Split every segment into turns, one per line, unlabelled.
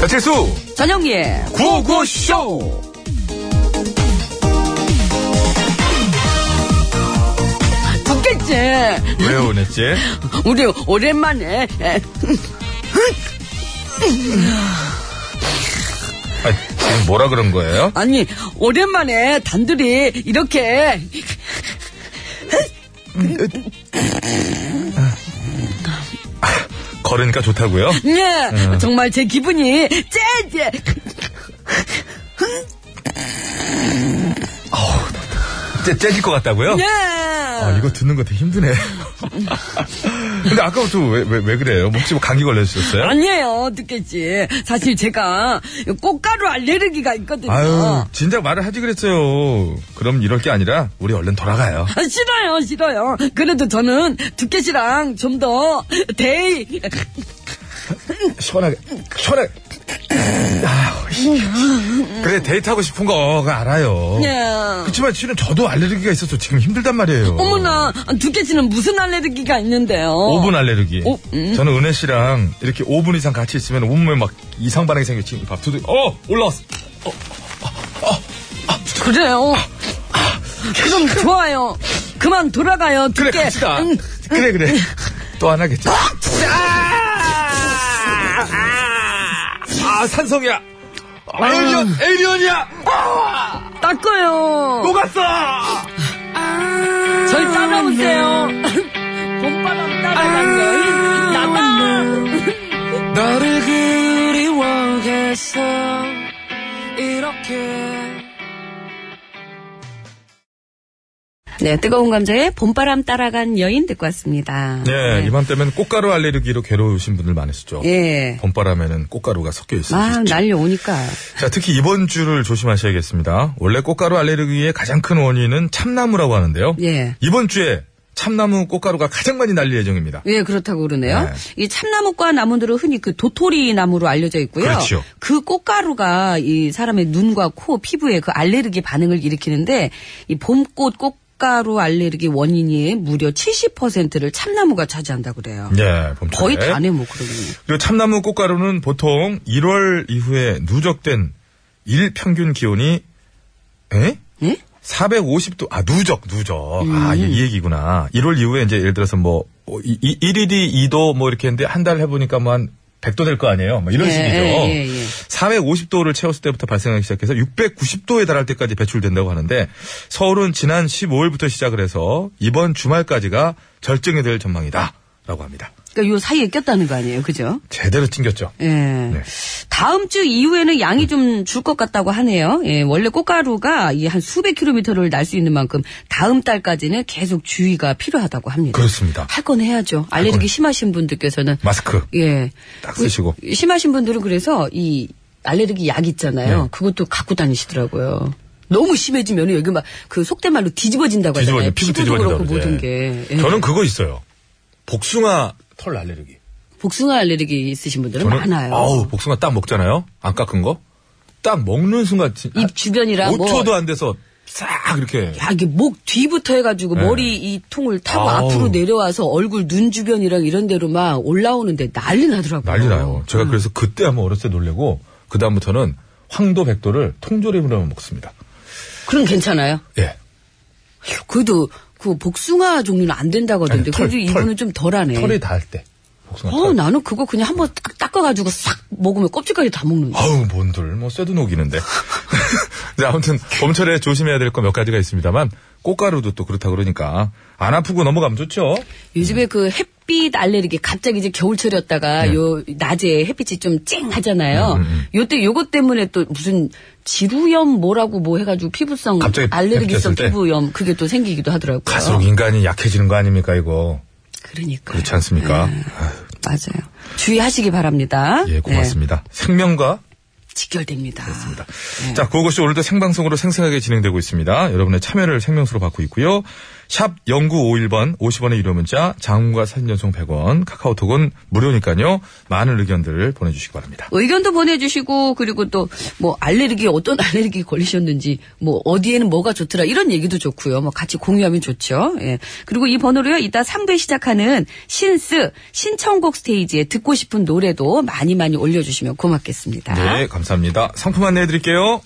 배칠수
전영미의
구호구쇼
붙겠지.
왜요 넷째
우리 오랜만에 에,
아, 지금 뭐라 그런 거예요?
아니 오랜만에 단둘이 이렇게
걸으니까 좋다고요?
예,
네.
정말 제 기분이 째째
째, 째질 것 같다고요?
예.
아, 이거 듣는 거 되게 힘드네. 근데 아까부터 왜, 왜, 왜 그래요? 혹시 뭐 감기 걸려주셨어요?
아니에요, 듣겠지. 사실 제가 꽃가루 알레르기가 있거든요.
아유, 진작 말을 하지 그랬어요. 그럼 이럴 게 아니라, 우리 얼른 돌아가요.
아, 싫어요, 싫어요. 그래도 저는 두께씨랑 좀 더 데이.
시원하게, 시원하게. 아유, 씨. 그래, 데이트하고 싶은 거가 알아요.
예.
그렇지만 실은 저도 알레르기가 있어서 지금 힘들단 말이에요.
어머나, 두께씨는 무슨 알레르기가 있는데요?
오븐 알레르기.
어. 오, 음.
저는 은혜 씨랑 이렇게 5분 이상 같이 있으면 온몸에 막 이상 반응이 생겨. 지금 밥 두들, 어! 올라왔어!
그래요. 그럼 좋아요. 그만 돌아가요,
그래,
두께. 음.
같이 가.
응.
그래, 그래. 또 하나겠지. 아, 산성이야.
아.
에일리언, 에일리언이야. 뭐
닦아요.
녹았어.
저희 따라오세요. 봄바람 따라가요.
아!
나가!
너를 그리워했어 이렇게
네, 뜨거운 감자의 봄바람 따라간 여인 듣고 왔습니다.
네, 이맘때면 꽃가루 알레르기로 괴로우신 분들 많으시죠.
예.
봄바람에는 꽃가루가 섞여 있습니다.
막 날려오니까.
자, 특히 이번 주를 조심하셔야겠습니다. 원래 꽃가루 알레르기의 가장 큰 원인은 참나무라고 하는데요.
예.
이번 주에 참나무 꽃가루가 가장 많이 날릴 예정입니다.
예, 그렇다고 그러네요.
네.
이 참나무과 나무들은 흔히 그 도토리 나무로 알려져 있고요.
그렇죠.
그 꽃가루가 이 사람의 눈과 코, 피부에 그 알레르기 반응을 일으키는데 이 봄꽃 꽃가루 알레르기 원인이 무려 70%를 참나무가 차지한다고 그래요.
예, 봄철에.
거의 다네 뭐 그러네요.
그리고 참나무 꽃가루는 보통 1월 이후에 누적된 일 평균 기온이 에?
예? 음.
450도 아 누적 누적 아 이 얘기구나 1월 이후에 이제 예를 들어서 뭐 어, 이- 이- 1일이 2도 뭐 이렇게 했는데 한 달 해보니까 뭐 한 100도 될 거 아니에요 뭐 이런
예,
식이죠
예, 예, 예.
450도를 채웠을 때부터 발생하기 시작해서 690도에 달할 때까지 배출된다고 하는데 서울은 지난 15일부터 시작을 해서 이번 주말까지가 절정이 될 전망이다라고 합니다
그러니까 요 사이에 꼈다는 거 아니에요, 그죠?
제대로 찡겼죠
예.
네.
다음 주 이후에는 양이 좀 줄 것 같다고 하네요. 예, 원래 꽃가루가 이 한 수백 킬로미터를 날 수 있는 만큼 다음 달까지는 계속 주의가 필요하다고 합니다.
그렇습니다
할 건 해야죠.
할 건.
알레르기 심하신 분들께서는
마스크
예.
딱 쓰시고.
그, 심하신 분들은 그래서 이 알레르기 약 있잖아요.
네.
그것도 갖고 다니시더라고요. 너무 심해지면 여기 막 그 속된 말로 뒤집어진다고
뒤집어져
하잖아요.
피부
피부도
뒤집어진다고 네.
그렇고 모든
그러지.
게. 예.
저는 그거 있어요 복숭아 털 알레르기
복숭아 알레르기 있으신 분들은
저는-
많아요.
아우, 복숭아 딱 먹잖아요? 안 깎은 거? 딱 먹는 순간. 진-
입 주변이랑 뭐
5초도 안 돼서 싹 이렇게.
야, 이게 목 뒤부터 해가지고
네.
머리 이 통을 타고
예. 아우.
앞으로 내려와서 얼굴 눈 주변이랑 이런 데로 막 올라오는데 난리 나더라고요.
난리 나요. 제가 그래서 그때 한번 어렸을 때 놀래고, 그다음부터는 황도 백도를 통조림으로 한번 먹습니다.
그럼 괜찮아요.
예.
그래도 그 복숭아 종류는 안 된다고 하던데
아니, 털,
그래도
털.
이거는 좀 덜하네.
털이 닿을 때. 복숭아
어,
털.
나는 그거 그냥 한번 딱 닦아가지고 싹 먹으면 껍질까지 다 먹는다.
아우, 뭔들. 뭐, 쇠도 녹이는데. 네, 아무튼, 봄철에 조심해야 될 거 몇 가지가 있습니다만, 꽃가루도 또 그렇다 그러니까, 안 아프고 넘어가면 좋죠?
요즘에 그 햇빛 알레르기 갑자기 이제 겨울철이었다가
네.
요 낮에 햇빛이 좀 쨍하잖아요.
음,
요때 요것 때문에 또 무슨 지루염 뭐라고 뭐 해가지고 피부성
갑자기
알레르기성
햇빛 꼈을 때?
피부염 그게 또 생기기도 하더라고요.
갈수록 인간이 그렇죠. 약해지는 거 아닙니까, 이거?
그러니까
그렇지 않습니까?
맞아요. 주의하시기 바랍니다.
예, 고맙습니다. 생명과
네, 직결됩니다.
있습니다.
네.
자, 그것이 오늘도 생방송으로 생생하게 진행되고 있습니다. 여러분의 참여를 생명수로 받고 있고요. 샵 0951번 50원의 유료 문자 장문과 사진 연속 100원 카카오톡은 무료니까요. 많은 의견들을 보내주시기 바랍니다.
의견도 보내주시고 그리고 또 뭐 알레르기 어떤 알레르기 걸리셨는지 뭐 어디에는 뭐가 좋더라 이런 얘기도 좋고요. 뭐 같이 공유하면 좋죠. 예. 그리고 이 번호로요. 이따 3부에 시작하는 신스 신청곡 스테이지에 듣고 싶은 노래도 많이 많이 올려주시면 고맙겠습니다.
네 감사합니다. 상품 안내해드릴게요.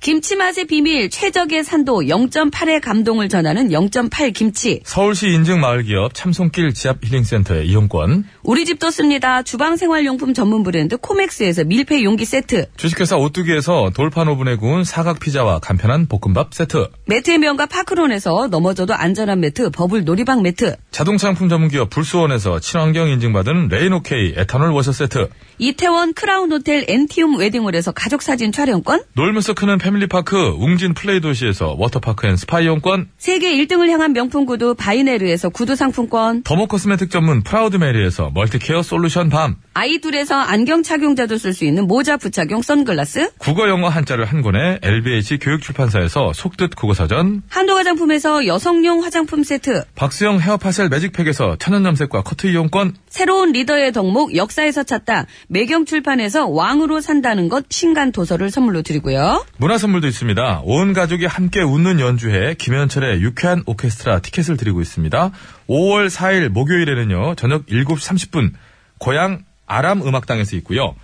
김치 맛의 비밀 최적의 산도 0.8의 감동을 전하는 0.8 김치
서울시 인증 마을기업 참손길 지압 힐링센터의 이용권
우리 집도 씁니다. 주방 생활용품 전문 브랜드 코맥스에서 밀폐 용기 세트
주식회사 오뚜기에서 돌판 오븐에 구운 사각 피자와 간편한 볶음밥 세트
매트의 명가 파크론에서 넘어져도 안전한 매트 버블 놀이방 매트
자동차 용품 전문기업 불수원에서 친환경 인증받은 레인오케이 에탄올 워셔 세트
이태원 크라운 호텔 엔티움 웨딩홀에서 가족 사진 촬영권,
놀면서 크는 패밀리파크 웅진 플레이 도시에서 워터파크 앤 스파 이용권
세계 1등을 향한 명품 구두 바이네르에서 구두 상품권,
더모 코스메틱 전문 프라우드 메리에서 멀티케어 솔루션 밤
아이둘에서 안경 착용자도 쓸 수 있는 모자 부착용 선글라스,
국어 영어 한자를 한 권에 LBH 교육출판사에서 속뜻 국어사전
한도 화장품에서 여성용 화장품 세트,
박수영 헤어파셀 매직팩에서 천연염색과 커트 이용권
새로운 리더의 덕목 역사에서 찾다 매경 출판에서 왕으로 산다는 것 신간 도서를 선물로 드리고요.
문화 선물도 있습니다. 온 가족이 함께 웃는 연주회 김현철의 유쾌한 오케스트라 티켓을 드리고 있습니다. 5월 4일 목요일에는요. 저녁 7시 30분 고향 아람 음악당에서 있고요.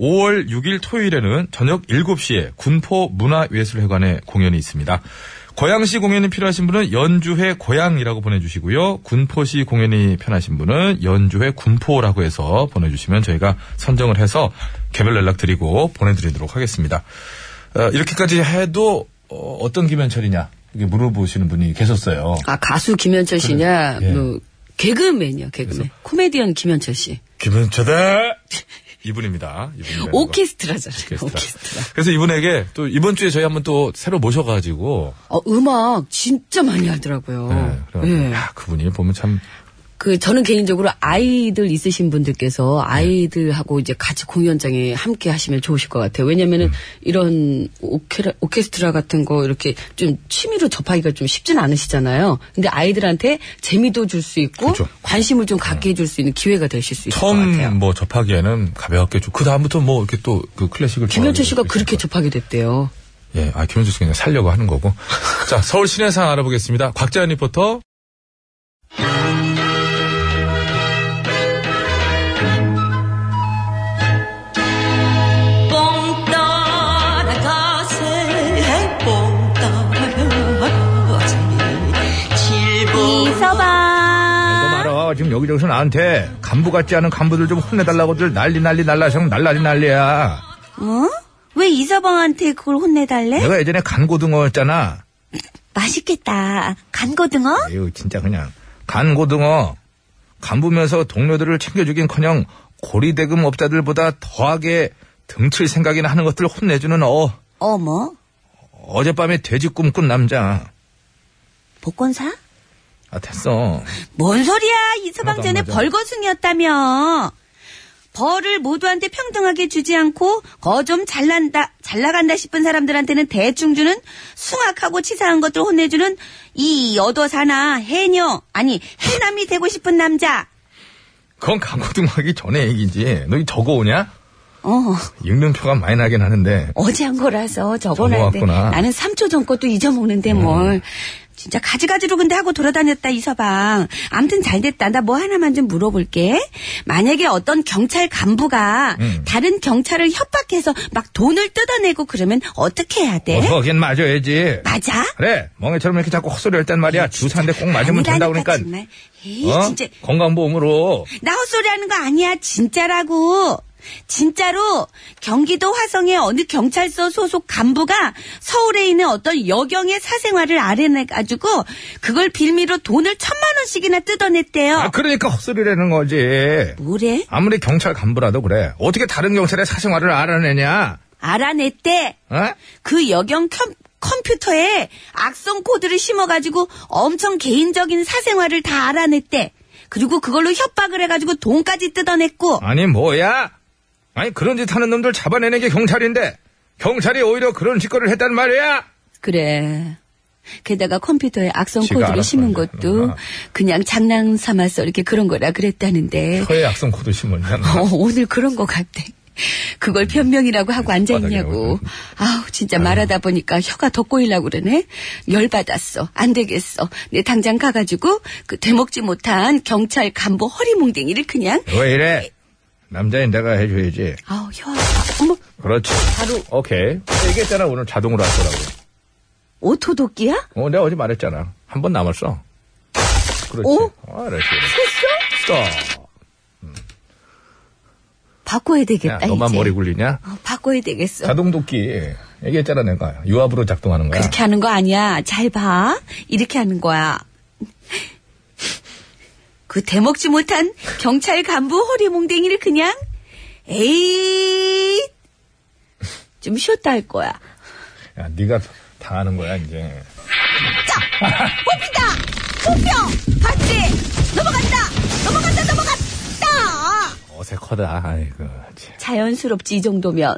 5월 6일 토요일에는 저녁 7시에 군포 문화예술회관에 공연이 있습니다. 고양시 공연이 필요하신 분은 연주회 고향이라고 보내주시고요. 군포시 공연이 편하신 분은 연주회 군포라고 해서 보내주시면 저희가 선정을 해서 개별 연락드리고 보내드리도록 하겠습니다. 어, 이렇게까지 해도 어, 떤 김현철이냐 이렇게 물어보시는 분이 계셨어요.
아 가수 김현철 씨냐,
그래, 예.
뭐, 개그맨이요 개그맨, 코미디언 김현철 씨,
김현철다 이분입니다. 이분이라는 거.
오케스트라잖아요.
오케스트라.
오케스트라.
그래서 이분에게 또 이번 주에 저희 한번 또 새로 모셔가지고
어, 음악 진짜 많이 하더라고요.
네, 그래가지고
예.
야, 그분이 보면 참
그 저는 개인적으로 아이들 있으신 분들께서
네.
아이들하고 이제 같이 공연장에 함께 하시면 좋으실 것 같아요. 왜냐면은
음.
이런 오케라, 오케스트라 같은 거 이렇게 좀 취미로 접하기가 좀 쉽진 않으시잖아요. 근데 아이들한테 재미도 줄 수 있고
그죠.
관심을 좀 갖게 해줄 수 있는 기회가 되실 수 있을 것
네. 처음
같아요.
뭐 접하기에는 가볍게 좀그 다음부터 뭐 이렇게 또 그 클래식을 좋아하게
김현철 씨가
될
그렇게
수
접하게 됐대요.
있을 거예요. 예, 아 김현철 씨가 그냥 살려고 하는 거고 자 서울 시내 상황 알아보겠습니다. 곽재현 리포터
뽕 따라가세 뽕 따라가세 길보
이거 말어 지금 여기저기서 나한테 간부 같지 않은 간부들 좀 혼내달라고들 난리 난리 날라 형 날라리 난리야.
어? 왜 이서방한테 그걸
네?
혼내달래?
내가 예전에 간고등어였잖아.
맛있겠다 간고등어
에휴 진짜 그냥 간고등어 간부면서 동료들을 챙겨주긴커녕 고리대금 업자들보다 더하게 등칠 생각이나 하는 것들 혼내주는 어
어머
어젯밤에 돼지 꿈꾼 남자.
복권사
아 됐어.
뭔 소리야 이서방
하나도 안
전에
맞아.
벌거숭이였다며 벌을 모두한테 평등하게 주지 않고 거 좀 잘난다 잘나간다 싶은 사람들한테는 대충 주는 숭악하고 치사한 것들 혼내주는 이 여도사나 해녀 아니 해남이 되고 싶은 남자
그건 간고등학기 전에 얘기지. 너 이 저거 오냐?
어
익명표가 많이 나긴 하는데.
어제 한 거라서 적어놨는데
적어왔구나. 음.
나는 3초 전 것도 잊어먹는데 뭘 진짜 가지가지로 근데 하고 돌아다녔다 이서방 암튼 잘됐다 나 뭐 하나만 좀 물어볼게 만약에 어떤 경찰 간부가
음.
다른 경찰을 협박해서 막 돈을 뜯어내고 그러면 어떻게 해야 돼?
어서긴 맞아야지.
맞아?
그래. 멍해처럼 이렇게 자꾸 헛소리 할땐 말이야. 주사인데 꼭 맞으면 된다 그러니까.
아니라니까, 정말. 에이,
어?
진짜 어.
건강보험으로.
나 헛소리 하는 거 아니야. 진짜라고. 진짜로 경기도 화성의 어느 경찰서 소속 간부가 서울에 있는 어떤 여경의 사생활을 알아내가지고 그걸 빌미로 돈을 천만 원씩이나 뜯어냈대요.
아 그러니까 헛소리라는 거지.
뭐래?
아무리 경찰 간부라도 그래. 어떻게 다른 경찰의 사생활을 알아내냐?
알아냈대.
어?
그 여경 컴, 컴퓨터에 악성 코드를 심어가지고 엄청 개인적인 사생활을 다 알아냈대. 그리고 그걸로 협박을 해가지고 돈까지 뜯어냈고.
아니 뭐야? 아니 그런 짓 하는 놈들 잡아내는 게 경찰인데 경찰이 오히려 그런 짓거리를 했단 말이야.
그래.
게다가 컴퓨터에 악성
지가 어.
코드를
알아서
심은
만드는
것도
거구나.
그냥 장난 삼아서 이렇게 그런 거라 그랬다는데
서해 악성 뭐 코드 심을
어, 오늘 그런 거 같대.
음.
그걸 변명이라고 하고 앉아있냐고. 아우, 진짜 말하다 보니까 혀가 더 꼬이려고 그러네? 열받았어. 안 되겠어. 내 당장 가가지고, 그, 되먹지 못한 경찰 간부 허리몽댕이를 그냥,
왜 이래? 남자인 내가 해줘야지.
아우, 혀. 어머,
그렇지.
바로,
오케이. 얘기했잖아, 오늘 자동으로 할 거라고.
오토도끼야?
어, 내가 어제 말했잖아. 한 번 남았어. 그렇지.
오?
아, 알았어. 됐어? 스톱.
바꿔야
야,
되겠다,
너만
이제.
머리 굴리냐?
어, 바꿔야 되겠어.
자동도끼. 얘기했잖아, 내가. 유압으로 작동하는 거야.
그렇게 하는 거 아니야. 잘 봐. 이렇게 하는 거야.
그 대먹지 못한 경찰 간부 허리몽댕이를 그냥 에이 좀 쉬었다 할 거야.
야, 네가 당하는 거야, 이제.
투표 봤지 넘어갔다 넘어갔다 넘어갔다
어색하다. 아이고. 그, 참.
자연스럽지, 이 정도면.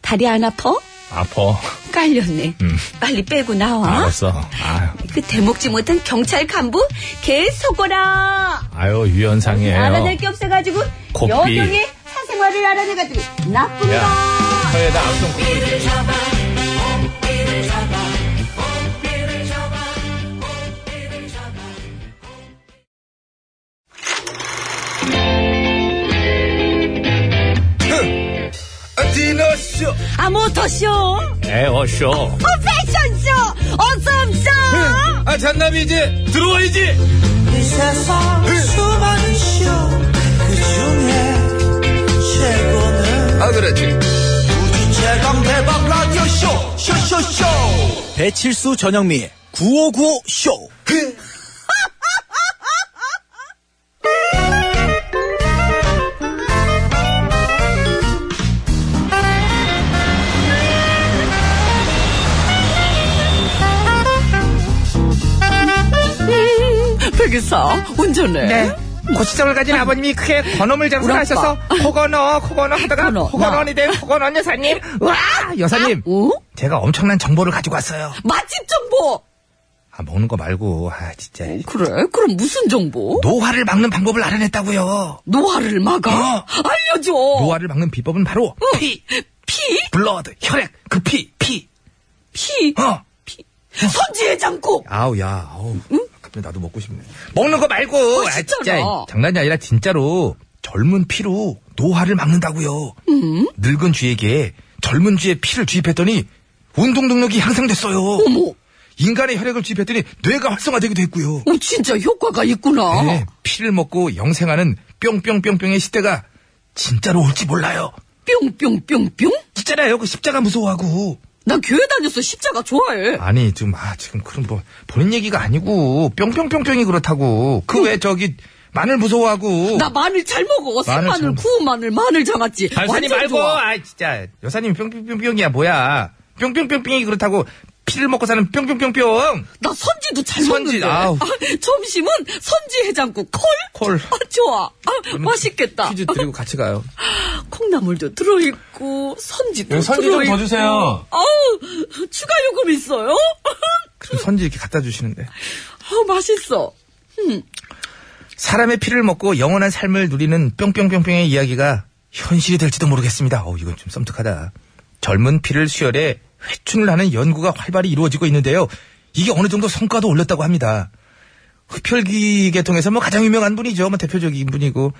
다리 안 아파?
아파.
깔렸네.
음.
빨리 빼고 나와.
알았어. 아유,
그 대목지 못한 경찰 간부
개속어라
아유 유연상이에요.
네,
알아낼 게 없어가지고
곱비.
여경의 사생활을 알아내가지고 나쁜
네,
야,
거
서해다 악성 코드. 네, 디너쇼
아 모터쇼
에어쇼
어, 패션쇼 어썸쇼
아 잔남이 이제 들어와야지
이 세상 수많은 쇼그 중에 최고는
아 그렇지
우주 최강 대박 라디오 쇼 쇼쇼쇼 배칠수 전영미 9595 쇼.
백이사 운전해.
네. 고추장을 가진 아버님이 크게 건어물 장사를
우리
하셔서 코건어 코건어 하다가
코건어,
코건언이 된 코건언 여사님 아, 와 여사님
어?
오?
제가 엄청난 정보를 가지고 왔어요
맛집 정보.
아 먹는 거 말고 아 진짜
그래? 그럼 무슨 정보?
노화를 막는 방법을 알아냈다고요
노화를 막아.
어.
알려줘. 어?
노화를 막는 비법은 바로 피
피,
블러드 혈액 그 피 피
피,
어.
피. 선지의 장국.
아우 야 아우 갑자기 나도 먹고 싶네 먹는 거 말고 아, 진짜
진짜로.
장난이 아니라 진짜로 젊은 피로 노화를 막는다고요 늙은 쥐에게 젊은 쥐의 피를 주입했더니 운동 능력이 향상됐어요
어머.
인간의 혈액을 주입했더니 뇌가 활성화되기도 했고요
어, 진짜 효과가 있구나.
네, 피를 먹고 영생하는 뿅뿅뿅뿅의 시대가 진짜로 올지 몰라요
뿅뿅뿅뿅.
있잖아요 그 십자가 무서워하고
나 교회 다녔어. 십자가 좋아해.
아니 지금 아 지금 그럼 뭐 본인 얘기가 아니고 뿅뿅뿅뿅이 그렇다고 그 왜 저기 마늘 무서워하고
나 마늘 잘
마늘
먹어.
잘
생마늘,
먹어.
구운 마늘, 마늘 장아찌.
발사님
완전
말고
좋아.
아 진짜 여사님 뿅뿅뿅뿅이야 뭐야 뿅뿅뿅뿅이 그렇다고 피를 먹고 사는 뿅뿅뿅뿅
나 선지도 잘
선지,
먹는데.
아우.
아, 점심은 선지 해장국 콜.
콜.
아, 좋아. 아, 맛있겠다.
퀴즈 드리고 같이 가요
콩나물도 들어있고 선지도
네,
여기 선지 좀
들어있고.
더 주세요.
아우 추가 요금 있어요?
그럼 선지 이렇게 갖다 주시는데
아우 맛있어.
사람의 피를 먹고 영원한 삶을 누리는 뿅뿅뿅뿅의 이야기가 현실이 될지도 모르겠습니다 어 이건 좀 썸뜩하다 젊은 피를 수혈해 회춘을 하는 연구가 활발히 이루어지고 있는데요 이게 어느 정도 성과도 올렸다고 합니다 흡혈귀 계통에서 뭐 가장 유명한 분이죠. 뭐 대표적인 분이고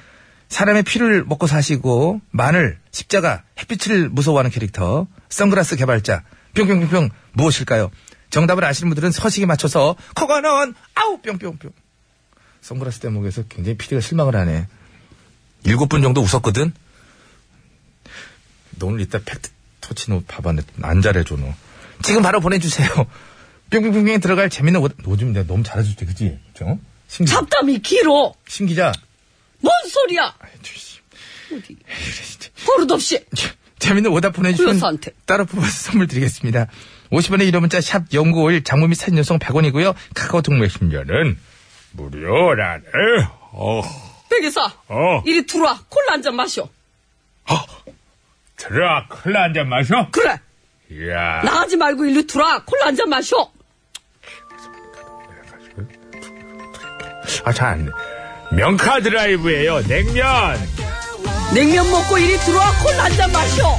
사람의 피를 먹고 사시고 마늘, 십자가, 햇빛을 무서워하는 캐릭터, 선글라스 개발자 뿅뿅뿅뿅 무엇일까요? 정답을 아시는 분들은 서식에 맞춰서 커가는 아우 뿅뿅뿅 선글라스 대목에서 굉장히 피디가 실망을 하네. 일곱 분 정도 웃었거든. 너 오늘 이따 팩트 터치노 봐봐. 안 잘해줘 너. 지금 바로 보내주세요. 뿅뿅뿅뿅에 들어갈 재밌는 오답. 요즘 내가 너무 잘해줄 때 그지? 저? 심, 기
잡담이 길어.
심기자.
뭔 소리야?
아이, 저 씨.
버릇없이.
재밌는 오답 보내주시면
고요사한테.
따로 뽑아서 선물 드리겠습니다. 50원의 이름 문자 샵 0951 장모 및 사진 연속 100원이고요. 카카오톡 메신저는 무료라네. 어,
백이사.
어.
이리 들어와. 콜라 한 잔 마셔.
들어와 콜라 한 잔 마셔
그래.
이야
나가지 말고 일로 들어와. 콜라 한 잔 마셔.
아,
샤잔. 명카 드라이브예요 냉면.
냉면 먹고 이리 들어와 콜라 한 잔 마셔.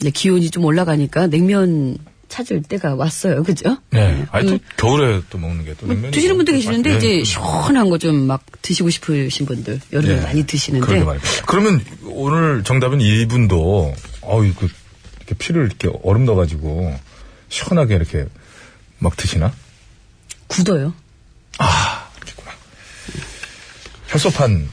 네, 기온이 좀 올라가니까 냉면 찾을 때가 왔어요. 그죠?
네. 아니, 또
음.
겨울에 또 먹는 게 또 냉면이.
드시는 분도 계시는데
네.
이제 시원한 거 좀 막 드시고 싶으신 분들 여름에
네.
많이 드시는데
그러게 말이죠. 그러면 오늘 정답은 이분도, 어유 그, 이렇게 피를 이렇게 얼음 넣어가지고, 시원하게 이렇게 막 드시나?
굳어요.
혈소판.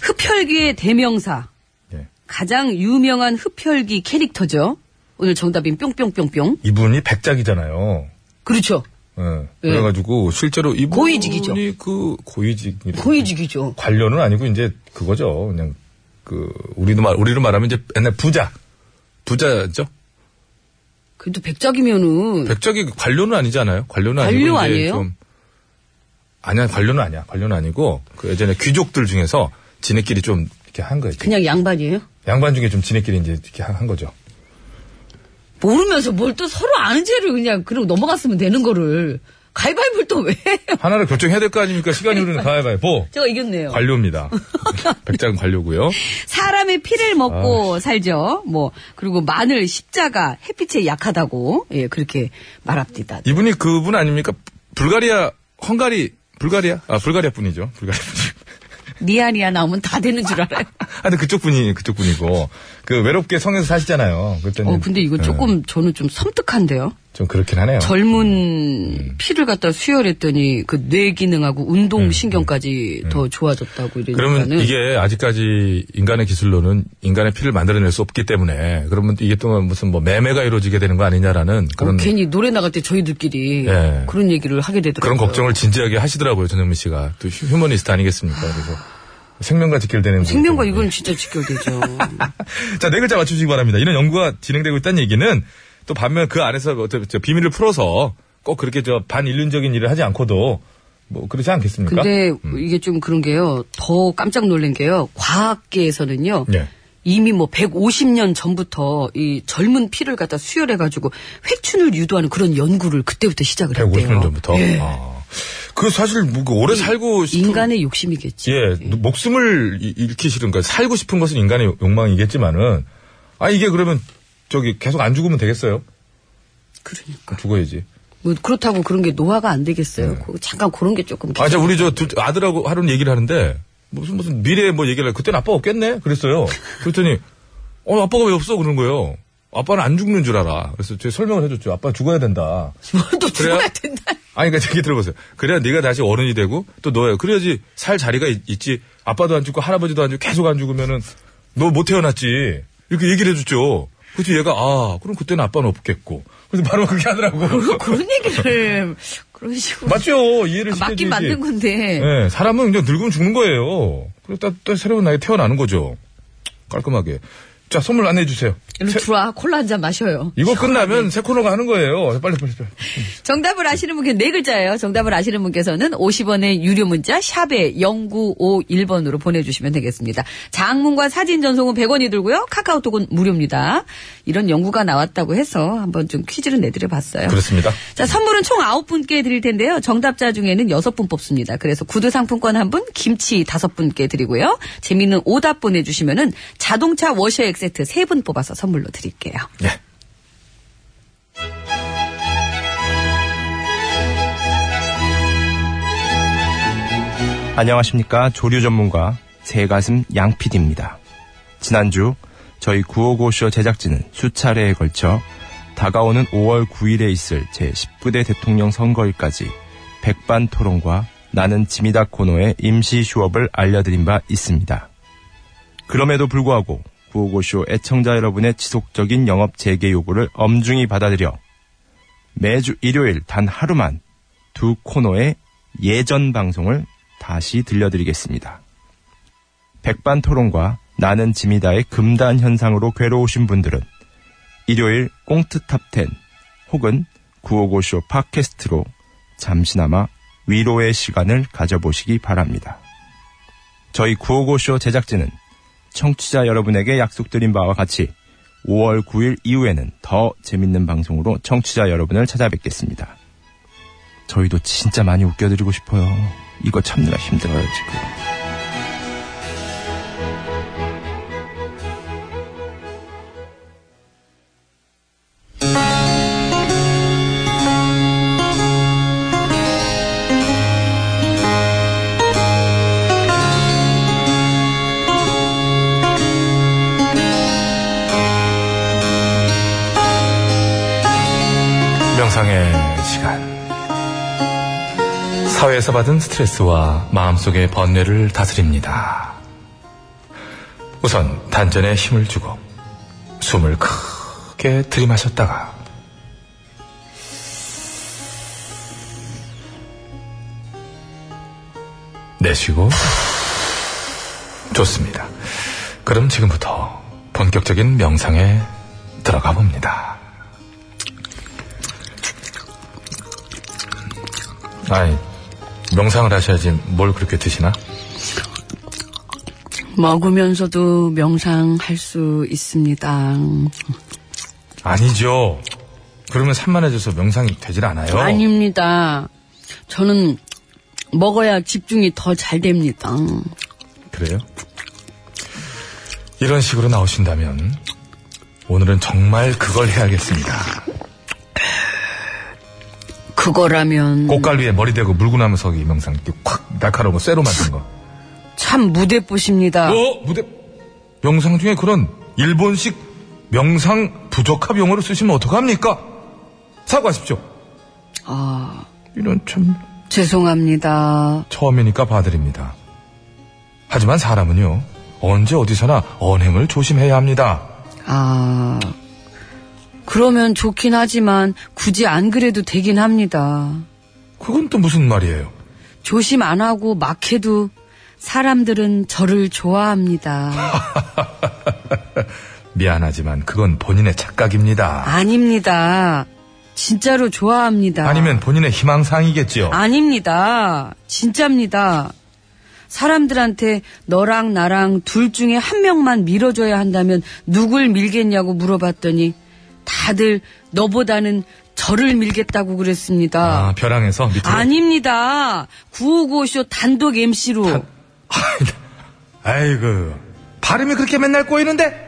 흡혈귀의 대명사. 네.
예.
가장 유명한 흡혈귀 캐릭터죠. 오늘 정답인 뿅뿅뿅뿅.
이분이 백작이잖아요.
그렇죠.
예. 그래가지고, 실제로 이분이.
고위직이죠.
그, 고위직.
고위직이죠.
관료는 아니고, 이제 그거죠. 그냥, 그, 우리도 말, 우리로 말하면 이제 옛날 부자. 부자죠?
그래도 백작이면은
백작이 관료는 아니잖아요. 관료는 아니고
관료
이제
아니에요?
좀 아니야 관료는 아니야. 관료는 아니고 그 예전에 귀족들 중에서 지네끼리 좀 이렇게 한 거예요.
그냥 양반이에요.
양반 중에 좀 지네끼리 이제 이렇게 한, 한 거죠.
모르면서 뭘 또 서로 아는 죄를 그냥 그러고 넘어갔으면 되는 거를 가위바위보를 또 왜? 해요?
하나를 결정해야 될 거 아닙니까? 시간이 흐르는 가위바위보.
제가 이겼네요.
관료입니다. 백작은 관료고요.
사람의 피를 먹고 살죠. 뭐 그리고 마늘 십자가 햇빛에 약하다고 예 그렇게 말합니다.
이분이 그분 아닙니까? 불가리아 헝가리 불가리아 아 불가리아 분이죠. 불가리아 분.
니아니아 나오면 다 되는 줄 알아요.
하여튼 그쪽 분이 그쪽 분이고 그 외롭게 성에서 사시잖아요. 그랬더니
어 근데 이거
예,
조금 저는 좀 섬뜩한데요.
좀 그렇긴 하네요.
젊은 피를 갖다 수혈했더니 그 뇌 기능하고 운동 신경까지 더 좋아졌다고 이러니까는
음. 그러면 이게 아직까지 인간의 기술로는 인간의 피를 만들어낼 수 없기 때문에 그러면 이게 또 무슨 뭐 매매가 이루어지게 되는 거 아니냐라는
어,
그런
괜히 노래 나갈 때 저희들끼리
예.
그런 얘기를 하게 되더라고요.
그런 걱정을 진지하게 하시더라고요 전영민 씨가 또 휴- 휴머니스트 아니겠습니까 그래서 생명과 직결되는 부분
생명과
때문에.
이건 진짜 직결되죠.
그러니까? 자, 네 글자 맞추시기 바랍니다. 이런 연구가 진행되고 있다는 얘기는 또 반면 그 안에서 어떤 저 비밀을 풀어서 꼭 그렇게 저 반인륜적인 일을 하지 않고도 뭐 그렇지 않겠습니까?
근데
음.
이게 좀 그런 게요. 더 깜짝 놀란 게요. 과학계에서는요.
네.
이미 뭐 150년 전부터 이 젊은 피를 갖다 수혈해가지고 회춘을 유도하는 그런 연구를 그때부터 시작을 했대요. 예.
150년 전부터. 아. 그 사실 뭐그 오래 살고 싶은
인간의 욕심이겠지.
예, 목숨을 이- 잃기 싫은 거 살고 싶은 것은 인간의 욕- 욕망이겠지만은 아 이게 그러면 저기 계속 안 죽으면 되겠어요?
그러니까.
죽어야지.
뭐 그렇다고 그런 게 노화가 안 되겠어요. 그 잠깐 그런 게 조금.
아, 자 우리 저 둘- 아들하고 하루는 얘기를 하는데 무슨 무슨 미래 뭐 얘기를 해. 그때는 아빠 없겠네. 그랬어요. 그랬더니 어 아빠가 왜 없어 그런 거예요. 아빠는 안 죽는 줄 알아. 그래서 제가 설명을 해줬죠. 아빠 죽어야 된다.
또
그래야-
죽어야 된다.
아니, 그러니까 저기 들어보세요. 그래야 네가 다시 어른이 되고 또 너야. 그래야지 살 자리가 있, 지 아빠도 안 죽고 할아버지도 안 죽고 계속 안 죽으면은 너 못 태어났지. 이렇게 얘기를 해줬죠. 그래서 얘가 아 그럼 그때는 아빠는 없겠고. 그래서 바로 그렇게 하더라고.
뭐 그런 얘기를 그런 식으로.
맞죠. 이해를
아,
시켜야지.
맞긴 만든 건데.
예, 사람은 그냥 늙으면 죽는 거예요. 그리고 또, 또 새로운 나이 태어나는 거죠. 깔끔하게. 자 선물 안내해 주세요.
일로 들어와 콜라 한 잔 마셔요.
이거 끝나면 새 코너가 하는 거예요. 빨리 빨리 빨리.
정답을 아시는 분께 네 글자예요. 정답을 아시는 분께서는 50원의 유료 문자 샵에 0951번으로 보내주시면 되겠습니다. 장문과 사진 전송은 100원이 들고요. 카카오톡은 무료입니다. 이런 연구가 나왔다고 해서 한번 좀 퀴즈를 내드려봤어요.
그렇습니다.
자, 선물은 총 9분께 드릴 텐데요. 정답자 중에는 6분 뽑습니다. 그래서 구두 상품권 1분, 김치 5분께 드리고요. 재미있는 오답 보내주시면은 자동차 워셔액 세트 3분 뽑아서 선물로 드릴게요.
예.
안녕하십니까 조류 전문가 새가슴 양PD입니다. 지난주 저희 955쇼 제작진은 수차례에 걸쳐 다가오는 5월 9일에 있을 제19대 대통령 선거일까지 백반 토론과 나는 짐이다 코너의 임시 휴업을 알려드린 바 있습니다. 그럼에도 불구하고 955쇼 애청자 여러분의 지속적인 영업 재개 요구를 엄중히 받아들여 매주 일요일 단 하루만 두 코너의 예전 방송을 다시 들려드리겠습니다. 백반 토론과 나는 짐이다의 금단 현상으로 괴로우신 분들은 일요일 꽁트 탑10 혹은 955쇼 팟캐스트로 잠시나마 위로의 시간을 가져보시기 바랍니다. 저희 955쇼 제작진은 청취자 여러분에게 약속드린 바와 같이 5월 9일 이후에는 더 재밌는 방송으로 청취자 여러분을 찾아뵙겠습니다. 저희도 진짜 많이 웃겨드리고 싶어요. 이거 참느라 힘들어요, 지금.
명상의 시간. 사회에서 받은 스트레스와 마음속의 번뇌를 다스립니다. 우선 단전에 힘을 주고 숨을 크게 들이마셨다가 내쉬고 좋습니다. 그럼 지금부터 본격적인 명상에 들어가 봅니다. 아이, 명상을 하셔야지 뭘 그렇게 드시나?
먹으면서도 명상할 수 있습니다.
아니죠. 그러면 산만해져서 명상이 되질 않아요.
아닙니다. 저는 먹어야 집중이 더 잘 됩니다.
그래요? 이런 식으로 나오신다면 오늘은 정말 그걸 해야겠습니다.
그거라면
꽃갈비에 머리 대고 물고 나면서 이 명상 이렇게 콱 날카로운 거 쇠로 만든 거.
참 무대뽀십니다.
어 무대 명상 중에 그런 일본식 명상 부적합 용어를 쓰시면 어떡합니까? 사과하십시오.
아,
이런 참
죄송합니다.
처음이니까 봐드립니다. 하지만 사람은요, 언제 어디서나 언행을 조심해야 합니다.
아, 그러면 좋긴 하지만 굳이 안 그래도 되긴 합니다.
그건 또 무슨 말이에요?
조심 안 하고 막 해도 사람들은 저를 좋아합니다.
미안하지만 그건 본인의 착각입니다.
아닙니다. 진짜로 좋아합니다.
아니면 본인의 희망사항이겠지요.
아. 아닙니다. 진짜입니다. 사람들한테 너랑 나랑 둘 중에 한 명만 밀어줘야 한다면 누굴 밀겠냐고 물어봤더니 다들 너보다는 저를 밀겠다고
아,
그랬습니다.
벼랑에서 밑으로.
아, 닙니다 구호구호쇼 단독 MC로.
아이고. 발음이 그렇게 맨날 꼬이는데?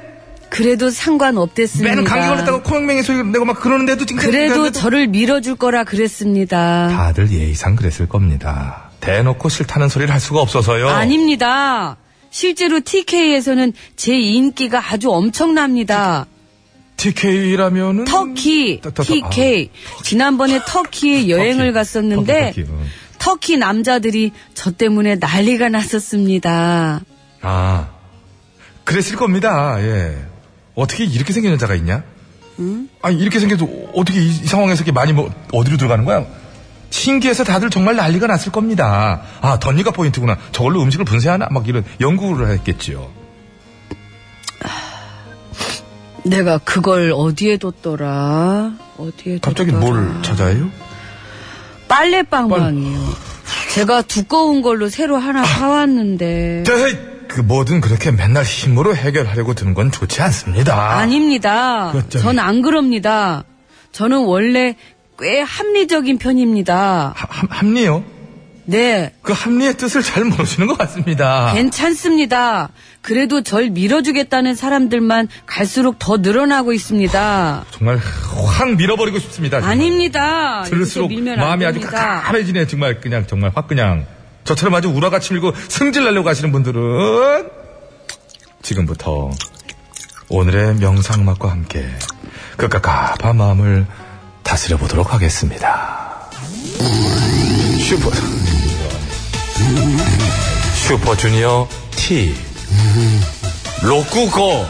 그래도 상관없댔습니다.
맨 감기 걸렸다고 코맹맹이 소리 내고 막 그러는데도 지금.
그래도 저를 밀어줄 거라 그랬습니다.
다들 예의상 그랬을 겁니다. 대놓고 싫다는 소리를 할 수가 없어서요.
아닙니다. 실제로 TK에서는 제 인기가 아주 엄청납니다.
음, TK라면은.
터키,
터- 터- 아, 터-
TK. 지난번에 터키에 여행을 갔었는데
터키, 터키, 응.
터키 남자들이 저 때문에 난리가 났었습니다.
아, 그랬을 겁니다. 예. 어떻게 이렇게 생긴 여자가 있냐? 아니, 이렇게 생겨도 어떻게 이, 이 상황에서 이렇게 많이 뭐, 어디로 들어가는 거야? 신기해서 다들 정말 난리가 났을 겁니다. 아, 던니가 포인트구나. 저걸로 음식을 분쇄하나? 막 이런 연구를 했겠지요.
내가 그걸 어디에 뒀더라? 어디에
갑자기
뒀더라?
뭘 찾아요?
빨래방망이요. 제가 두꺼운 걸로 새로
아.
하나 사왔는데
네, 그 뭐든 그렇게 맨날 힘으로 해결하려고 드는 건 좋지 않습니다.
아닙니다.
그것저기.
전 안 그럽니다. 저는 원래 꽤 합리적인 편입니다.
하- 합- 합리요?
네,
그 합리의 뜻을 잘 모르시는 것 같습니다.
괜찮습니다. 그래도 절 밀어주겠다는 사람들만 갈수록 더 늘어나고 있습니다.
정말 확 밀어버리고 싶습니다. 정말.
아닙니다.
들을수록
이렇게 밀면
마음이
안
아주
됩니다.
캄캄해지네 정말 그냥 정말 확 그냥 저처럼 아주 우라같이 밀고 승질 내려고 하시는 분들은 지금부터 오늘의 명상 음악과 함께 그 깝깝한 마음을 다스려 보도록 하겠습니다. 슈퍼 슈퍼주니어 T 로쿠고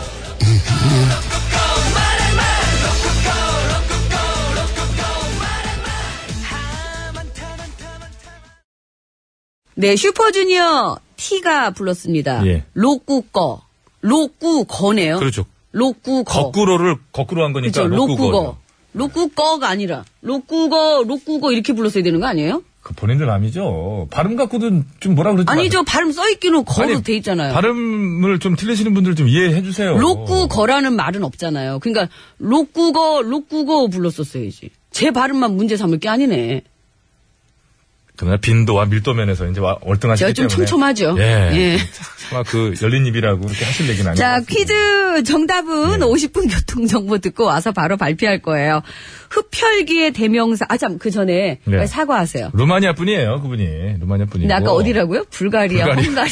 네, 슈퍼주니어 T가 불렀습니다.
예.
로꾸꺼. 로꾸거네요.
그렇죠.
로꾸거.
거꾸로를 거꾸로 한 거니까
그렇죠.
로쿠거
로꾸거. 로꾸거가 아니라 로꾸거, 로꾸거 이렇게 불렀어야 되는 거 아니에요?
그 본인들 마음이죠. 발음 갖고도 좀 뭐라 그러지
아니,
마세요.
저 발음 써있기는 거로
아니,
돼 있잖아요.
발음을 좀 틀리시는 분들 좀 이해해 주세요.
록구거라는 말은 없잖아요. 그러니까 록구거, 록구거 불렀었어야지. 제 발음만 문제 삼을 게 아니네.
그러나 빈도와 밀도 면에서 이제 와-
제가
월등하시기
좀
때문에
촘촘하죠.
예.
예.
막 그 열린 입이라고 이렇게 하실 얘기는 아니고.
자, 퀴즈 정답은 50분 교통정보 듣고 와서 바로 발표할 거예요. 흡혈귀의 대명사. 아, 참, 그 전에
네.
빨리 사과하세요.
루마니아 분이에요, 그분이. 루마니아 분이고.
근데 아까 어디라고요? 불가리아,
불가리아.
헝가리.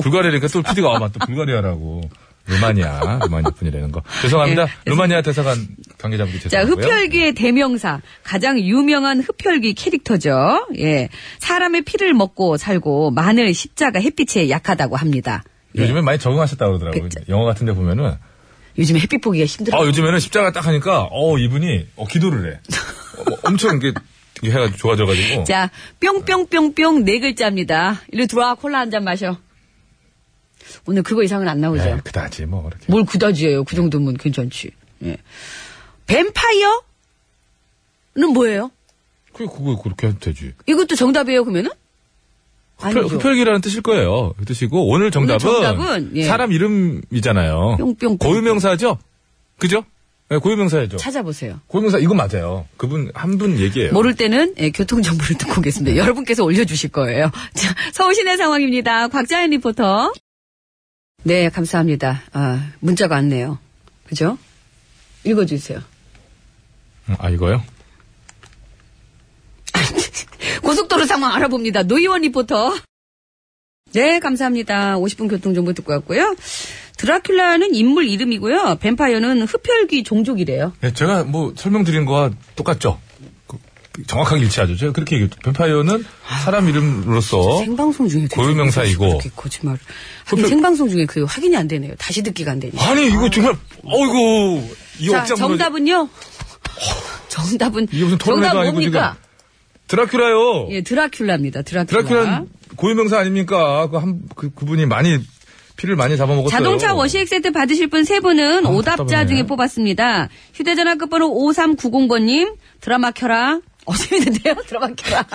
불가리아니까 또 PD가 아마 또 불가리아라고. 루마니아, 루마니아 분이라는 거. 죄송합니다. 루마니아 대사관 관계자분께
예, 자,
죄송하고요.
흡혈귀의 대명사. 가장 유명한 흡혈귀 캐릭터죠. 예. 사람의 피를 먹고 살고 마늘, 십자가, 햇빛에 약하다고 합니다.
요즘에 많이 적응하셨다고 그러더라고요.
백제.
영화 같은 데 보면은
요즘에 햇빛 보기가
아,
힘들어요.
요즘에는 십자가 딱 하니까, 어, 이분이, 어, 기도를 해. 어, 뭐 엄청 이게, 이게 해가지고 좋아져가지고.
자, 뿅뿅뿅뿅 네 글자입니다. 이리 들어와 콜라 한 잔 마셔. 오늘 그거 이상은 안 나오죠.
예, 그다지 뭐, 이렇게.
뭘 그다지예요. 그 정도면 괜찮지. 예. 뱀파이어는 뭐예요?
그, 그거 그렇게 해도 되지.
이것도 정답이에요, 그러면은?
흡혈,
아니죠.
흡혈귀라는 뜻일 거예요. 그 뜻이고, 오늘 정답은,
정답은, 예.
사람 이름이잖아요.
뿅뿅뿅.
고유명사죠? 그죠? 예, 고유명사죠.
찾아보세요.
고유명사, 이건 맞아요. 그분, 한 분 얘기예요.
모를 때는 예, 교통정보를 듣고
네.
오겠습니다. 여러분께서 올려주실 거예요. 자, 서울시내 상황입니다. 곽자연 리포터. 네, 감사합니다. 아, 문자가 왔네요. 그죠? 읽어주세요.
음, 아, 이거요?
고속도로 상황 알아봅니다. 노희원 리포터. 네, 감사합니다. 50분 교통정보 듣고 왔고요. 드라큘라는 인물 이름이고요. 뱀파이어는 흡혈귀 종족이래요.
예, 제가 뭐, 설명드린 거와 똑같죠? 그, 그 정확하게 일치하죠. 제가 그렇게 얘기했죠. 뱀파이어는 사람 이름으로서,
아, 생방송 중에 되게
어? 고유명사이고.
그렇게 거짓말. 하긴
흡혈-
생방송 중에 그 확인이 안 되네요. 다시 듣기가 안 되니까.
아니, 이거 정말, 어이구, 이
자,
억장 무너지- 어.
정답은요? 정답은
이게 무슨 토론회도
정답
아니고
뭡니까?
드라큘라요.
예, 드라큘라입니다. 드라큘라.
드라큘라는 고유명사 아닙니까? 그 한, 그, 그분이 많이, 피를 많이 잡아먹었어요.
자동차 워시액 세트 받으실 분 세 분은
아,
오답자
답답하네.
중에 뽑았습니다. 휴대전화 끝번호 5390번님 드라마 켜라. 어 재밌는데요? 드라마 켜라.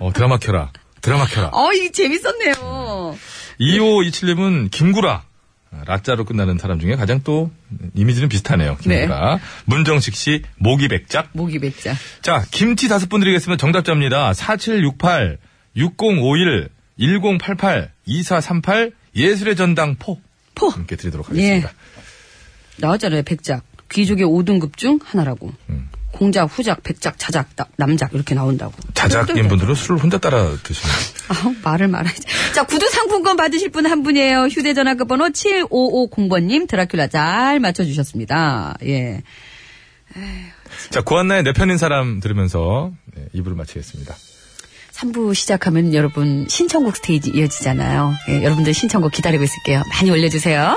어, 드라마 켜라. 드라마 켜라.
어, 이 재밌었네요.
2527님은 김구라. 아, 라짜로 끝나는 사람 중에 가장 또 이미지는 비슷하네요. 김구라. 문정식 씨, 모기 백작.
모기 백자.
자, 김치 다섯 분 드리겠습니다. 정답자입니다. 4768, 6051, 1088, 2438, 예술의 전당 포.
포.
함께 드리도록 하겠습니다.
예. 나왔잖아요. 백작. 귀족의 5등급 중 하나라고.
음.
공작, 후작, 백작, 자작, 나- 남작 이렇게 나온다고.
자작인 분들은 술을 혼자 따라 드시는.
아우, 말을 말아야지. 자, 구두 상품권 받으실 분 한 분이에요. 휴대전화 끝번호 7550번님, 드라큘라 잘 맞춰주셨습니다. 예.
자, 고한나의 내 편인 사람 들으면서 네, 2부를 마치겠습니다.
3부 시작하면 여러분 신청곡 스테이지 이어지잖아요. 예, 여러분들 신청곡 기다리고 있을게요. 많이 올려주세요.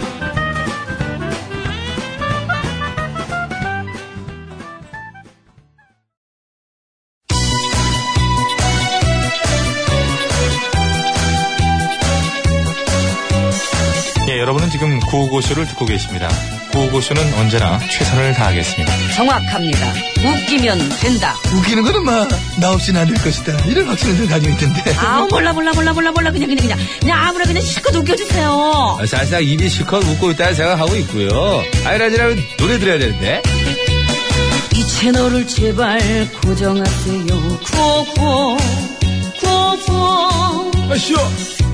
예, 여러분은 지금 구호고쇼를 듣고 계십니다. 구호고쇼는 언제나 최선을 다하겠습니다.
정확합니다. 웃기면 된다.
웃기는 거는 마, 나 없이는 안 될 것이다. 이런 확신을 늘 가지고 있던데.
아 몰라 몰라 몰라 몰라 몰라 그냥 그냥 그냥 그냥 아무나 그냥 실컷 웃겨주세요.
사실상 입이 실컷 웃고 있다는 생각하고 있고요. 아이라지라면 노래 들어야 되는데.
이 채널을 제발 고정하세요. 구호구호, 구호구호.
아시오. 네,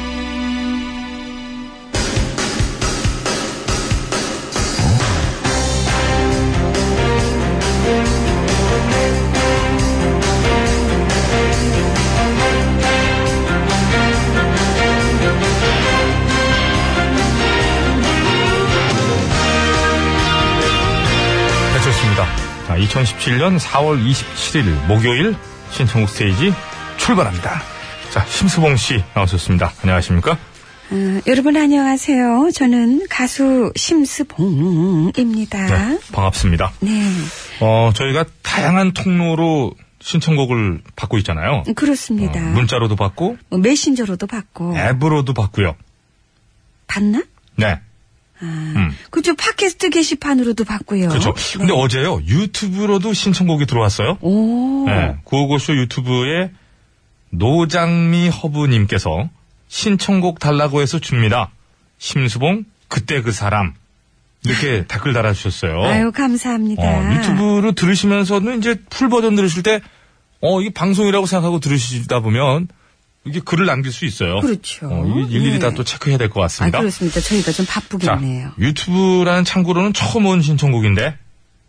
배철수입니다. 자, 2017년 4월 27일 목요일 신청곡 스테이지 출발합니다. 자, 심수봉 씨 나오셨습니다. 안녕하십니까?
여러분 안녕하세요 저는 가수 심스봉입니다
네, 반갑습니다.
네
어, 저희가 다양한 통로로 신청곡을 받고 있잖아요.
네, 그렇습니다 네.
어, 문자로도 네. 받고
어, 메신저로도 받고
앱으로도 받고요.
받나?
네. 음.
그죠 팟캐스트 게시판으로도 받고요 네.
그렇죠. 근데 어제요. 유튜브로도 신청곡이 들어왔어요.
오
네. 구호고쇼 유튜브에 노장미 허브님께서 신청곡 달라고 해서 줍니다. 심수봉 그때 그 사람 이렇게 댓글 달아주셨어요.
아유 감사합니다
네. 어,
아,
유튜브로 들으시면서는 이제 풀 버전 들으실 때 어, 이게 방송이라고 생각하고 들으시다 보면 이게 글을 남길 수 있어요.
그렇죠.
어, 이- 일일이
예.
다 또 체크해야 될 것
아,
같습니다.
그렇습니다. 저희가 좀
자,
바쁘겠네요.
유튜브라는 창구로는 처음 온 신청곡인데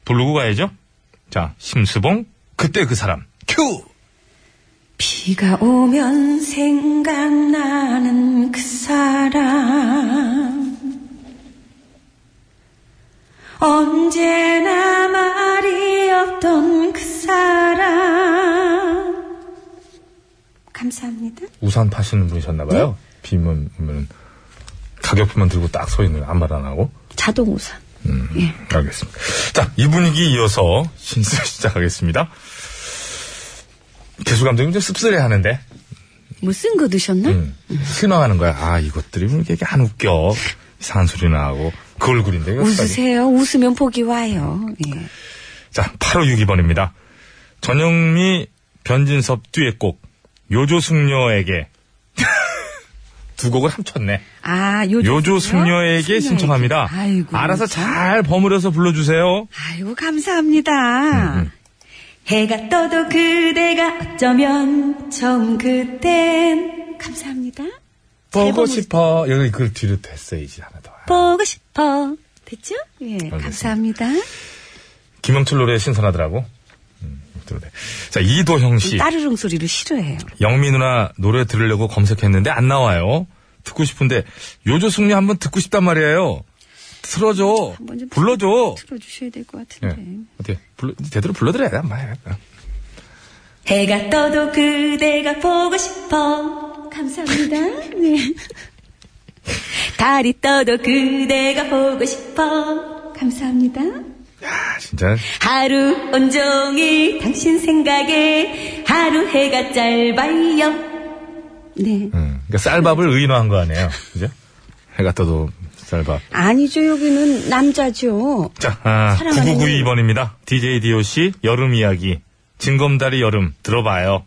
부르고 가야죠. 자, 심수봉 그때 그 사람.
큐.
비가 오면 생각나는 그 사람 언제나 말이 없던 그 사람 감사합니다.
우산 파시는 분이셨나봐요. 비면 오면 가격표만 들고 딱 서 있는 아무 말 안 하고.
자동 우산.
알겠습니다. 자, 이 분위기 이어서 신스 시작하겠습니다. 개수 감독님 좀 씁쓸해 하는데,
뭐 쓴 거 드셨나?
음, 실망하는 거야. 아, 이것들이 왜 이렇게 안 웃겨. 이상한 소리나 하고. 그 얼굴인데, 이거 갑자기.
웃으세요. 웃으면 복이 와요. 예.
자, 8562번입니다. 전영미, 변진섭 듀엣곡, 요조숙녀에게. 두 곡을 합쳤네.
아, 요조,
요조숙녀에게 신청합니다.
아이고.
알아서 잘 버무려서 불러주세요.
아이고,
음,
감사합니다.
해가 떠도 그대가 어쩌면 처음 그땐 감사합니다.
보고 싶어. 여기 그 뒤로 됐어, 이제 하나 더.
보고 싶어. 됐죠?
예, 감사합니다.
김영철 노래 신선하더라고. 음, 들어대. 자, 이도형 씨.
따르릉 소리를 싫어해요.
영미 누나 노래 들으려고 검색했는데 안 나와요. 듣고 싶은데 요조숙녀 한번 듣고 싶단 말이에요. 틀어줘.
한번 좀
불러줘.
틀어주셔야 될 것 같은데.
네.
예. 어떻게 불러 제대로 불러드려야 돼. 말.
해가 떠도 그대가 보고 싶어. 감사합니다. 네. 달이 떠도 그대가 보고 싶어. 감사합니다.
아, 진짜
하루 온종일 당신 생각에 하루 해가 짧아요.
네.
음, 그러니까 쌀밥을 의인화한 거 아니에요. 그죠? 해가 떠도 쌀밥.
아니죠, 여기는 남자죠.
자, 아, 9992번입니다. DJ DOC 여름 이야기. 진검다리 여름 들어봐요.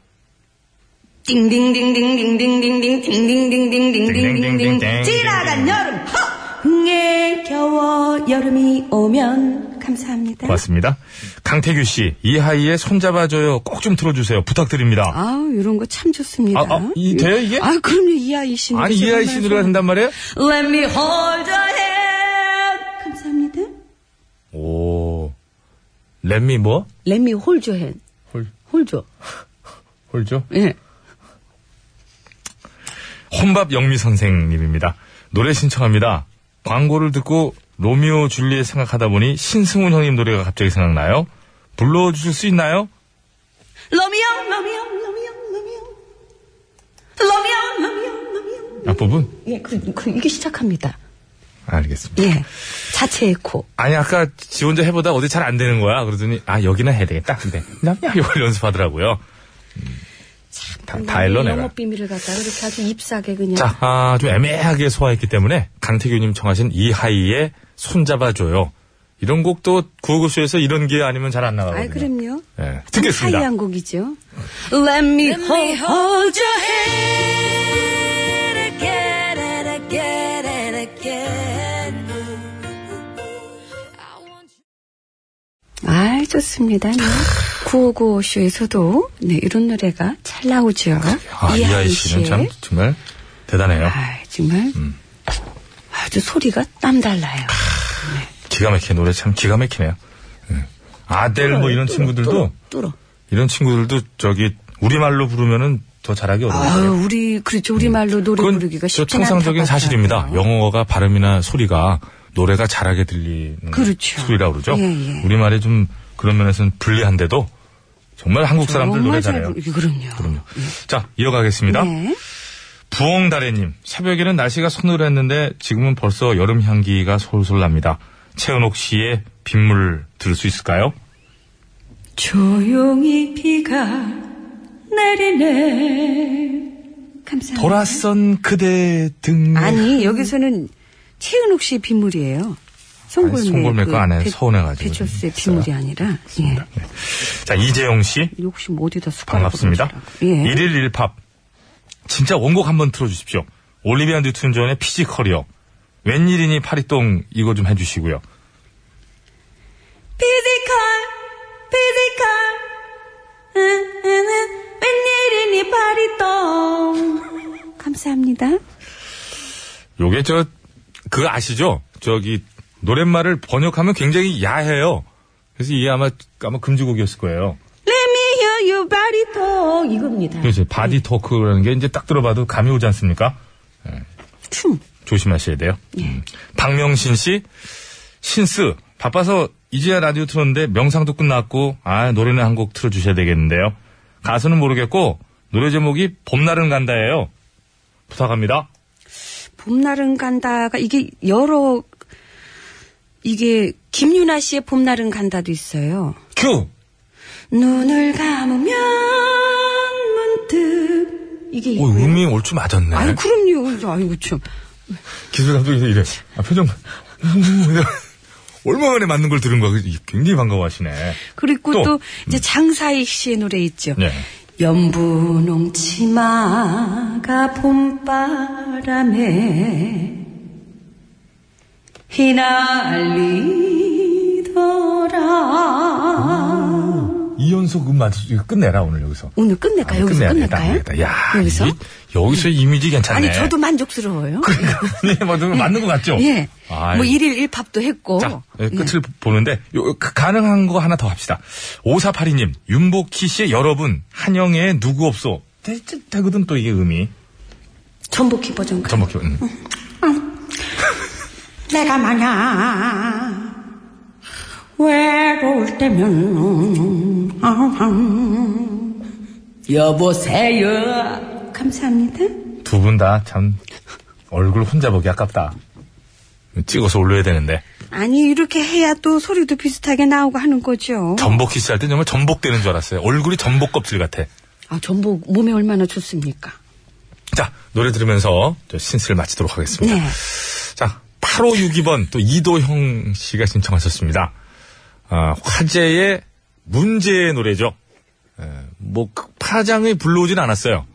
띵띵띵띵띵띵띵띵띵띵띵띵띵띵 지나간 여름 허! 흥에 겨워 여름이 오면 감사합니다.
고맙습니다. 강태규 씨, 이하이의 손잡아줘요. 꼭 좀 틀어주세요. 부탁드립니다.
아, 이런 거 참 좋습니다.
아, 아, 이- 돼요, 이게?
아, 그럼요, 이 아이 씨.
아니, 이하이 씨 노래가 된단 말이에요?
Let me hold your hand. 감사합니다.
오, 렛미 뭐?
렛미 홀조 헨.
홀,
홀조.
홀죠?
예.
혼밥 영미 선생님입니다. 노래 신청합니다. 광고를 듣고 로미오 줄리엣 생각하다 보니 신승훈 형님 노래가 갑자기 생각나요. 불러주실 수 있나요?
로미오, 로미오, 로미오, 로미오. 로미오, 로미오, 로미오.
앞부분?
예, 그, 그, 이게 시작합니다.
알겠습니다.
예. 자체 에코.
아니, 아까 지 혼자 해보다 어디 잘 안 되는 거야. 그러더니, 아, 여기나 해야 되겠다. 근데, 냠냠 이걸 연습하더라고요. 다, 다 일러 내가.
영업 비밀을 갖다가 이렇게 아주 잎사게 그냥.
자, 아, 좀 애매하게 소화했기 때문에 강태규님 청하신 이하이의 손잡아줘요. 이런 곡도 구호구쇼에서 이런 기회 아니면 잘 안 나가거든요.
아이 그럼요.
예, 듣겠습니다.
하이한 곡이죠.
Let me
Let me
hold.
hold your hand again and again and again. 아, 좋습니다. 네. 955쇼에서도 네, 이런 노래가 잘 나오죠.
아, 이하이 씨는 참 음. 정말 대단해요.
아, 정말 아주 소리가 땀달라요.
기가 막히게 노래 참 기가 막히네요. 예. 아델 뭐 이런 친구들도
뚫어.
이런 친구들도 저기 우리말로 부르면은 더 잘하기 어려워요.
아유, 우리 그렇죠. 우리 말로 노래
음. 그건
부르기가
저
쉽지 않다.
통상적인 사실입니다. 영어가 발음이나 소리가 노래가 잘하게 들리는
그렇죠.
소리라고 그러죠.
예, 예.
우리말이 좀 그런 면에서는 불리한데도 정말 한국 사람들 노래 잘해요.
그럼요.
그럼요. 자, 이어가겠습니다.
네.
부엉다래님, 새벽에는 날씨가 서늘했는데 지금은 벌써 여름 향기가 솔솔 납니다. 최은옥 씨의 빗물 들을 수 있을까요?
조용히 비가 내리네. 감사합니다.
돌아선 그대 등.
아니, 여기서는 최은옥 씨의 빗물이에요. 송골매. 그
아니, 송골매 거 안에
배-
서운해가지고
배철수의
좀 있어요.
빗물이 아니라, 예.
자, 이재용 씨,
욕심 어디다 숟가락
반갑습니다.
예.
1일 1팝. 진짜 원곡 한번 틀어주십시오. 올리비아 뉴튼 존의 피지 커리어. 웬일이니 파리똥 이거 좀 해주시고요.
피지컬, 피지컬. 응, 응, 응. 웬일이니 파리똥. 감사합니다.
요게 저, 그 아시죠? 저기, 노랫말을 번역하면 굉장히 야해요. 그래서 이게 아마, 아마 금지곡이었을 거예요.
Let me hear you 파리똥. 이겁니다.
그래서 바디 토크라는 게 이제 딱 들어봐도 감이 오지 않습니까?
춤.
조심하셔야 돼요.
예.
음. 박명신 씨, 신스, 바빠서 이제야 라디오 틀었는데 명상도 끝났고, 아, 노래는 한 곡 틀어주셔야 되겠는데요. 가수는 모르겠고, 노래 제목이 봄날은 간다예요. 부탁합니다.
봄날은 간다가 이게 여러 이게 김윤아 씨의 봄날은 간다도 있어요.
큐!
눈을 감으면 문득 이게
오,
있고요.
음이 올 줄 맞았네.
아유 그럼요. 아이고 참.
기술 감독이 이래. 아, 표정. 얼마만에 맞는 걸 들은 거야. 굉장히 반가워하시네.
그리고
또,
또, 이제 장사익 씨의 노래 있죠.
네.
연분홍 치마가 봄바람에 휘날리더라.
이연속 음만 끝내라 오늘 여기서.
오늘 끝낼까요? 아, 여기서
아, 끝내야 돼, 끝내야
끝낼까요?
돼. 야,
여기서?
이- 여기서 이미지 괜찮네.
아니, 저도 만족스러워요.
네, 뭐, 좀 맞는 것 같죠?
예.
아이.
뭐, 네. 일일일팝도 했고.
자, 예, 끝을 보는데, 요, 그 가능한 거 하나 더 합시다. 5482님, 윤복희 씨의 여러분, 한영의 누구 없소. 되, 되거든 또 이게 음이.
전복희 버전.
전복해. 음.
내가 만약 외로울 때면 여보세요 감사합니다
두 분 다 참, 얼굴 혼자 보기 아깝다. 찍어서 올려야 되는데.
아니, 이렇게 해야 또 소리도 비슷하게 나오고 하는 거죠.
전복희 씨 할 때 정말 전복되는 줄 알았어요. 얼굴이 전복 껍질 같아.
아, 전복 몸에 얼마나 좋습니까?
자, 노래 들으면서 저 신스를 마치도록 하겠습니다.
네.
자, 8562번 또 이도형 씨가 신청하셨습니다. 아, 화제의 문제의 노래죠. 에, 뭐 그, 파장이 불러오진 않았어요.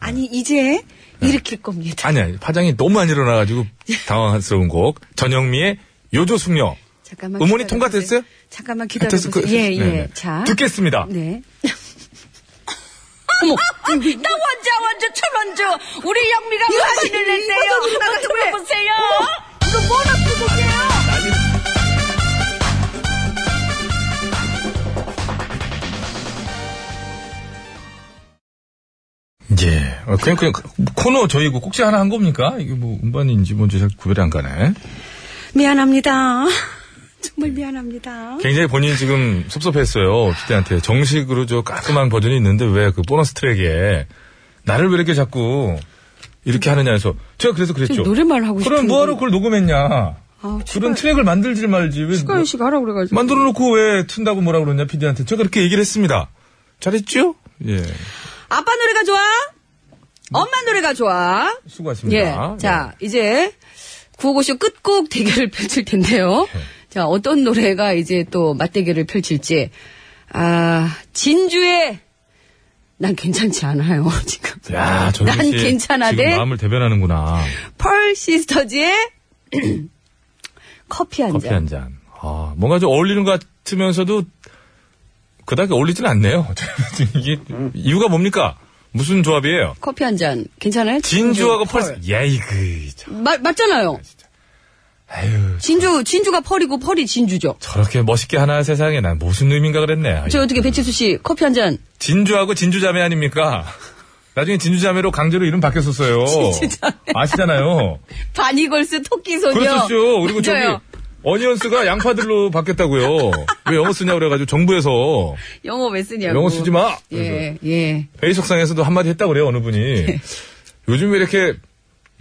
아니, 이제
네.
일으킬 겁니다.
아니야, 파장이 너무 안 일어나가지고 당황스러운 곡. 전영미의 요조숙녀.
잠깐만.
음원이
기다려보세요.
통과됐어요?
잠깐만
됐어,
기다려보세요.
그-
예, 예.
네네.
자.
듣겠습니다.
네.
나 원자 원자 천원자 우리 영미가 화신을 냈대요 한번 들어보세요 이거 뭐라 들어보세요
예. 어, 그냥, 그냥, 코너 저희고 꼭지 하나 한 겁니까? 이게 뭐, 음반인지 뭔지 잘 구별이 안 가네.
미안합니다. 정말 미안합니다.
굉장히 본인이 지금 섭섭했어요. 그때한테. 정식으로 저 깔끔한 버전이 있는데 왜 그 보너스 트랙에 나를 왜 이렇게 자꾸 이렇게 하느냐 해서 제가 그래서 그랬죠.
지금 노래만 하고
그렇죠. 그럼
싶은
뭐하러
거.
그걸 녹음했냐.
아우,
그런 트랙을 만들지 말지. 왜뭐
추가연 씨가 하라고 그래가지고.
만들어 놓고 왜 튼다고 뭐라 그러냐 피디한테 제가 그렇게 얘기를 했습니다. 잘했죠? 예.
아빠 노래가 좋아? 엄마 노래가 좋아?
수고하십니다. 네.
예. 자, 이제 구호고쇼 끝곡 대결을 펼칠 텐데요.
네.
자, 어떤 노래가 이제 또 맞대결을 펼칠지. 아, 진주의 난 괜찮지 않아요, 지금.
야, 정민
난
씨 지금
괜찮아대.
마음을 대변하는구나.
펄 시스터즈의 커피 한 잔.
커피 한 잔. 아, 뭔가 좀 어울리는 것 같으면서도 그닥 어울리진 않네요. 지금 이게 이유가 뭡니까? 무슨 조합이에요?
커피 한 잔. 괜찮아요?
진주하고
진주,
펄스. 예, 이그 참.
마- 맞잖아요.
아유,
진주, 진주가 펄이고 펄이 진주죠.
저렇게 멋있게 하나 세상에 난 무슨 의미인가 그랬네. 아유.
저 어떻게 배치수 씨 커피 한 잔.
진주하고 진주자매 아닙니까? 나중에 진주자매로 강제로 이름 바뀌었었어요.
진주자매.
아시잖아요.
바니걸스 토끼 소녀.
그렇죠. 그리고 저기
맞아요.
어니언스가 양파들로 바뀌었다고요. 왜 영어 쓰냐고 그래가지고 정부에서
영어 왜 쓰냐고.
영어 쓰지 마.
예, 예.
회의석상에서도 한마디 했다고 그래요, 어느 분이. 요즘 왜 이렇게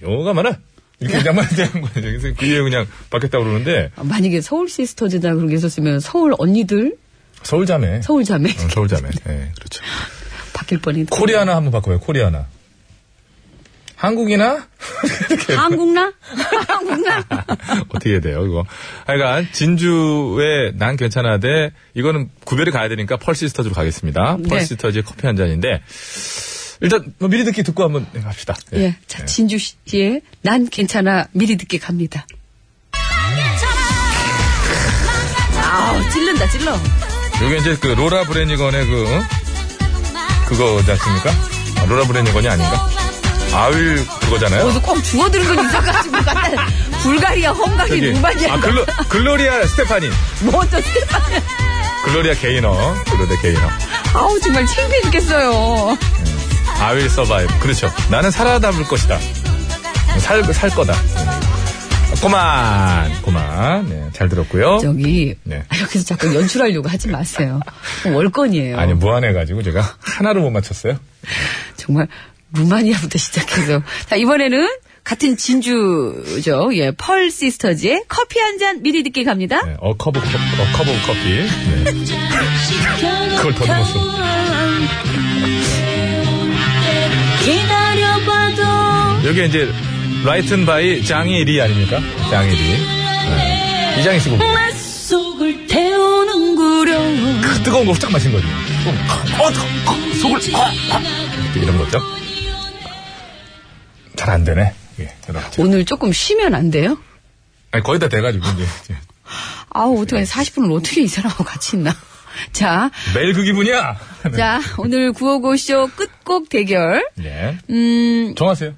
영어가 많아? 이렇게 그냥 한마디 하는 거예요. 그래서 그 이후에 그냥 바뀌었다고 그러는데,
아, 만약에 서울 시스터즈다 그런 게 있었으면 서울 언니들,
서울자매.
서울 자매
응, 서울자매. 예, 그렇죠.
바뀔 뻔했다.
코리아나 한번 바꿔봐요, 코리아나. 한국이나?
한국나? 한국나?
어떻게 해야 돼요, 이거. 하여간, 진주의 난 괜찮아대, 이거는 구별이 가야 되니까 펄시스터즈로 가겠습니다.
네.
펄시스터즈의 커피 한 잔인데, 일단, 뭐 미리 듣기 듣고 한번 합시다. 예.
예. 자, 진주 씨의 난 괜찮아 미리 듣게 갑니다. 아우, 찔른다, 찔러.
요게 이제 그 로라 브레니건의 그 어? 그거지 않습니까? 아, 로라 브레니건이 아닌가? 아윌 그거잖아요.
어디서 꼭 주워들은 건 이상가지고 갖다 불가리아, 헝가리,
저기,
루마니아.
아 글로, 글로리아 스테파니,
뭐 어쩌지?
글로리아 게이너, 글로리아 게이너,
아우, 정말 창피해 죽겠어요.
아윌 서바이브. 그렇죠. 나는 살아남을 것이다. 살 살 거다. 네. 고만, 고만. 네, 잘 들었고요.
저기
네.
아, 여기서 자꾸 연출하려고 하지 마세요. 월권이에요.
아니 무한해가지고 제가 하나를 못 맞췄어요.
정말 루마니아부터 시작해서 자 이번에는 같은 진주죠. 예, 펄 시스터즈의 커피 한 잔 미리 듣기 갑니다.
네, 어커브 커- 어커브 커피. 네. 그걸 더 넣었어. 여기 이제 라이튼 바이 장이 리 아닙니까? 장이 리. 네. 이 장이 쓰고
속을 태우는구려
그 뜨거운 거 후딱 마신 거죠. 어, 뜨거- 어, 속을 어, 어. 이렇게 이런 거죠. 잘 안 되네. 예, 여러분.
오늘 조금 쉬면 안 돼요?
아니, 거의 다 돼가지고 이제 이제
아우 어떡해 40분을 어떻게 이 사람하고 같이 있나? 자,
매일 그 기분이야.
자 오늘 구호고쇼 끝곡 대결.
네.
음,
정하세요.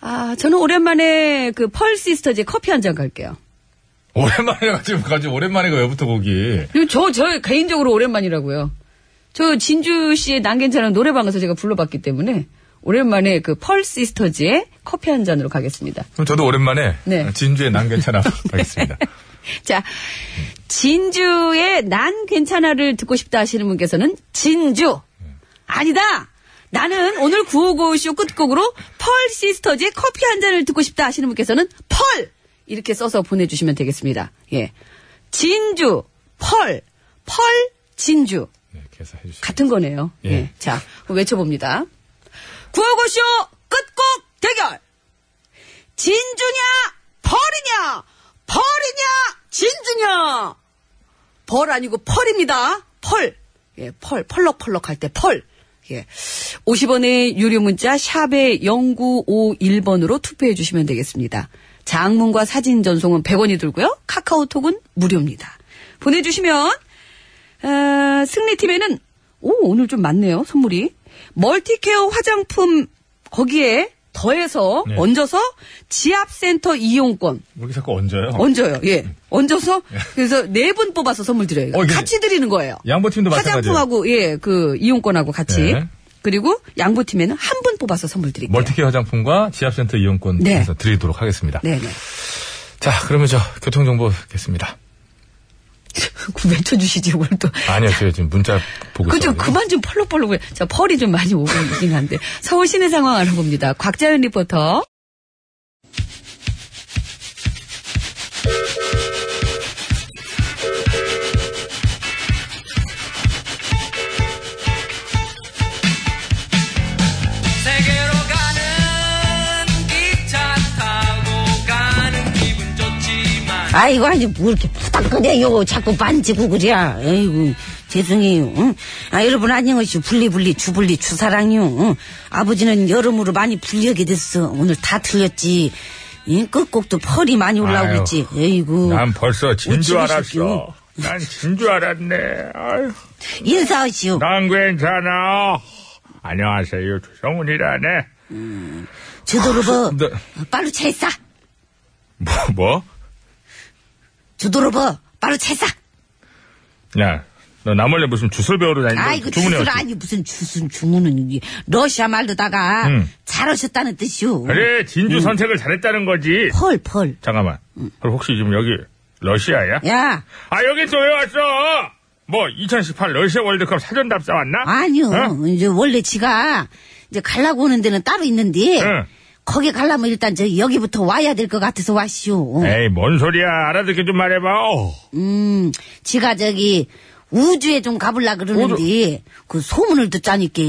아 저는 오랜만에 그 펄 시스터즈의 커피 한 잔 갈게요.
오랜만에 가지고 가지고 오랜만에 그 외부터 보기.
그리고 저, 저 개인적으로 오랜만이라고요. 저 진주 씨의 난 괜찮은 노래방에서 제가 불러봤기 때문에 오랜만에 그 펄 시스터즈의 커피 한 잔으로 가겠습니다.
그럼 저도 오랜만에
네.
진주의 난 괜찮아 하겠습니다.
자, 진주의 난 괜찮아를 듣고 싶다 하시는 분께서는 진주! 아니다! 나는 오늘 구호고쇼 끝곡으로 펄 시스터즈의 커피 한 잔을 듣고 싶다 하시는 분께서는 펄! 이렇게 써서 보내주시면 되겠습니다. 예. 진주, 펄, 펄, 진주.
네, 이렇게 해서 해주세요.
같은 거네요.
예.
예. 자, 그럼 외쳐봅니다. 구호고쇼 끝곡 대결! 진주냐, 벌이냐, 벌이냐, 진주냐! 벌 아니고 펄입니다. 펄. 예, 펄. 펄럭펄럭 할 때 펄. 예. 50원의 유료 문자 샵에 0951번으로 투표해 주시면 되겠습니다. 장문과 사진 전송은 100원이 들고요. 카카오톡은 무료입니다. 보내주시면 아, 승리팀에는 오 오늘 좀 많네요 선물이 멀티케어 화장품 거기에 더해서
네.
얹어서 지압센터 이용권
왜 이렇게 자꾸 얹어요? 음.
얹어요 예 얹어서 그래서 네 분 뽑아서 선물 드려요
어, 이게
같이 드리는 거예요
양보팀도 마찬가지예요.
화장품하고 예 그 이용권하고 같이
네.
그리고 양보팀에는 한 분 뽑아서 선물 드릴게요
멀티케 화장품과 지압센터 이용권
네.
해서 드리도록 하겠습니다.
네네
자, 그러면 저 교통정보 겠습니다.
그 외쳐주시지 오늘 또
아니요, 제가 지금 문자 보고
그죠
있어요.
그만 좀 펄럭펄럭 해. 자 펄이 좀 많이 오고 있긴 한데 서울 시내 상황 알아봅니다 곽자연 리포터
아이고, 아니, 뭐 이렇게 부닥거려요. 자꾸 만지고 그래. 아이고, 죄송해요. 응? 아, 여러분, 안녕하시오. 분리분리, 주분리, 주사랑요. 응? 아버지는 여러모로 많이 불리하게 됐어. 오늘 다 틀렸지. 응? 끝곡도 펄이 많이 올라오고
아유,
있지. 아이고.
난
어,
벌써 진 줄
우치고 싶기요.
알았어. 난 진 줄 알았네. 아유,
인사하시오.
난 괜찮아. 안녕하세요, 조성훈이라네.
주도로버. 어,
네.
빨로 차에 싸.
뭐, 뭐?
주도로버. 빨로 차에 싸.
야, 너 나몰래 무슨 네, 주술 배우러 다니는
아이고 주술 아니 무슨 주술 주문은 이게 러시아 말로다가
음. 네.
잘하셨다는 뜻이오.
그래, 진주
음.
선택을 잘했다는 거지.
펄 펄.
잠깐만.
음.
그럼 혹시 지금 여기 러시아야?
야
아, 여긴 또 왜 왔어? 뭐, 2018 러시아 월드컵 사전 답사 왔나?
아니요
어?
이제 원래 지가 이제 갈라고 오는 데는 따로 있는데
응.
거기 갈라면 일단 저 여기부터 와야 될 것 같아서 왔시오.
에이, 뭔 소리야. 알아듣게 좀 말해봐. 어.
음 지가 저기 우주에 좀 가볼라 그러는데 그 소문을 듣자니까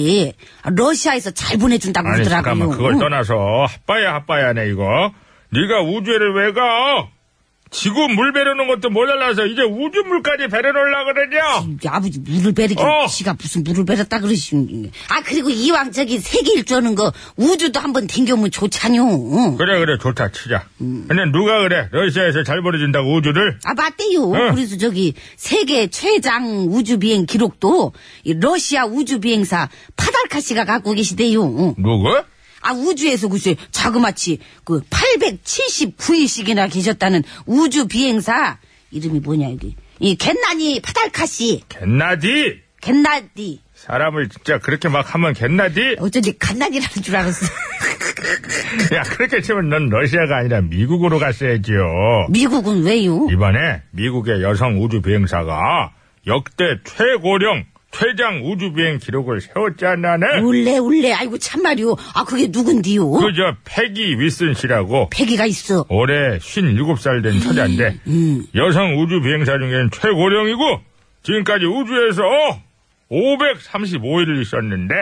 러시아에서 잘 보내준다고
아니,
그러더라고요.
잠깐만. 그걸 떠나서 핫바야 핫바야네, 이거. 네가 우주에를 왜 가? 지구 물 배려놓은 것도 모자라서 이제 우주 물까지 배려놓으려 그러냐?
이 음, 아버지 물을 베르게
어.
지가 무슨 물을 베렸다 그러시니 아 그리고 이왕 저기 세계 일주하는 거 우주도 한번 댕겨오면 좋잖요
그래, 그래. 좋다. 치자. 근데 누가 그래? 러시아에서 잘 벌어진다고 우주를?
아 맞대요
응.
그래서 저기 세계 최장 우주 비행 기록도 이 러시아 우주 비행사 파달카 씨가 갖고 계시대요
누구?
아 우주에서 글쎄 자그마치 그 879일씩이나 계셨다는 우주 비행사 이름이 뭐냐 여기 이 겟나니 파달카 씨
겟나디!
겟나디
사람을 진짜 그렇게 막 하면 겟나디?
어쩐지 갓난이라는 줄 알았어
야, 그렇게 치면 넌 러시아가 아니라 미국으로 갔어야지요.
미국은 왜요?
이번에 미국의 여성 우주 비행사가 역대 최고령 최장 우주 비행 기록을 세웠잖아네.
울래 울래 아이고 참말이오 아 그게 누군디요
그저 패기 윌슨 씨라고
패기가 있어
올해 57살 된 처자인데
음,
여성 우주 비행사 중엔 최고령이고 지금까지 우주에서 535일을 있었는데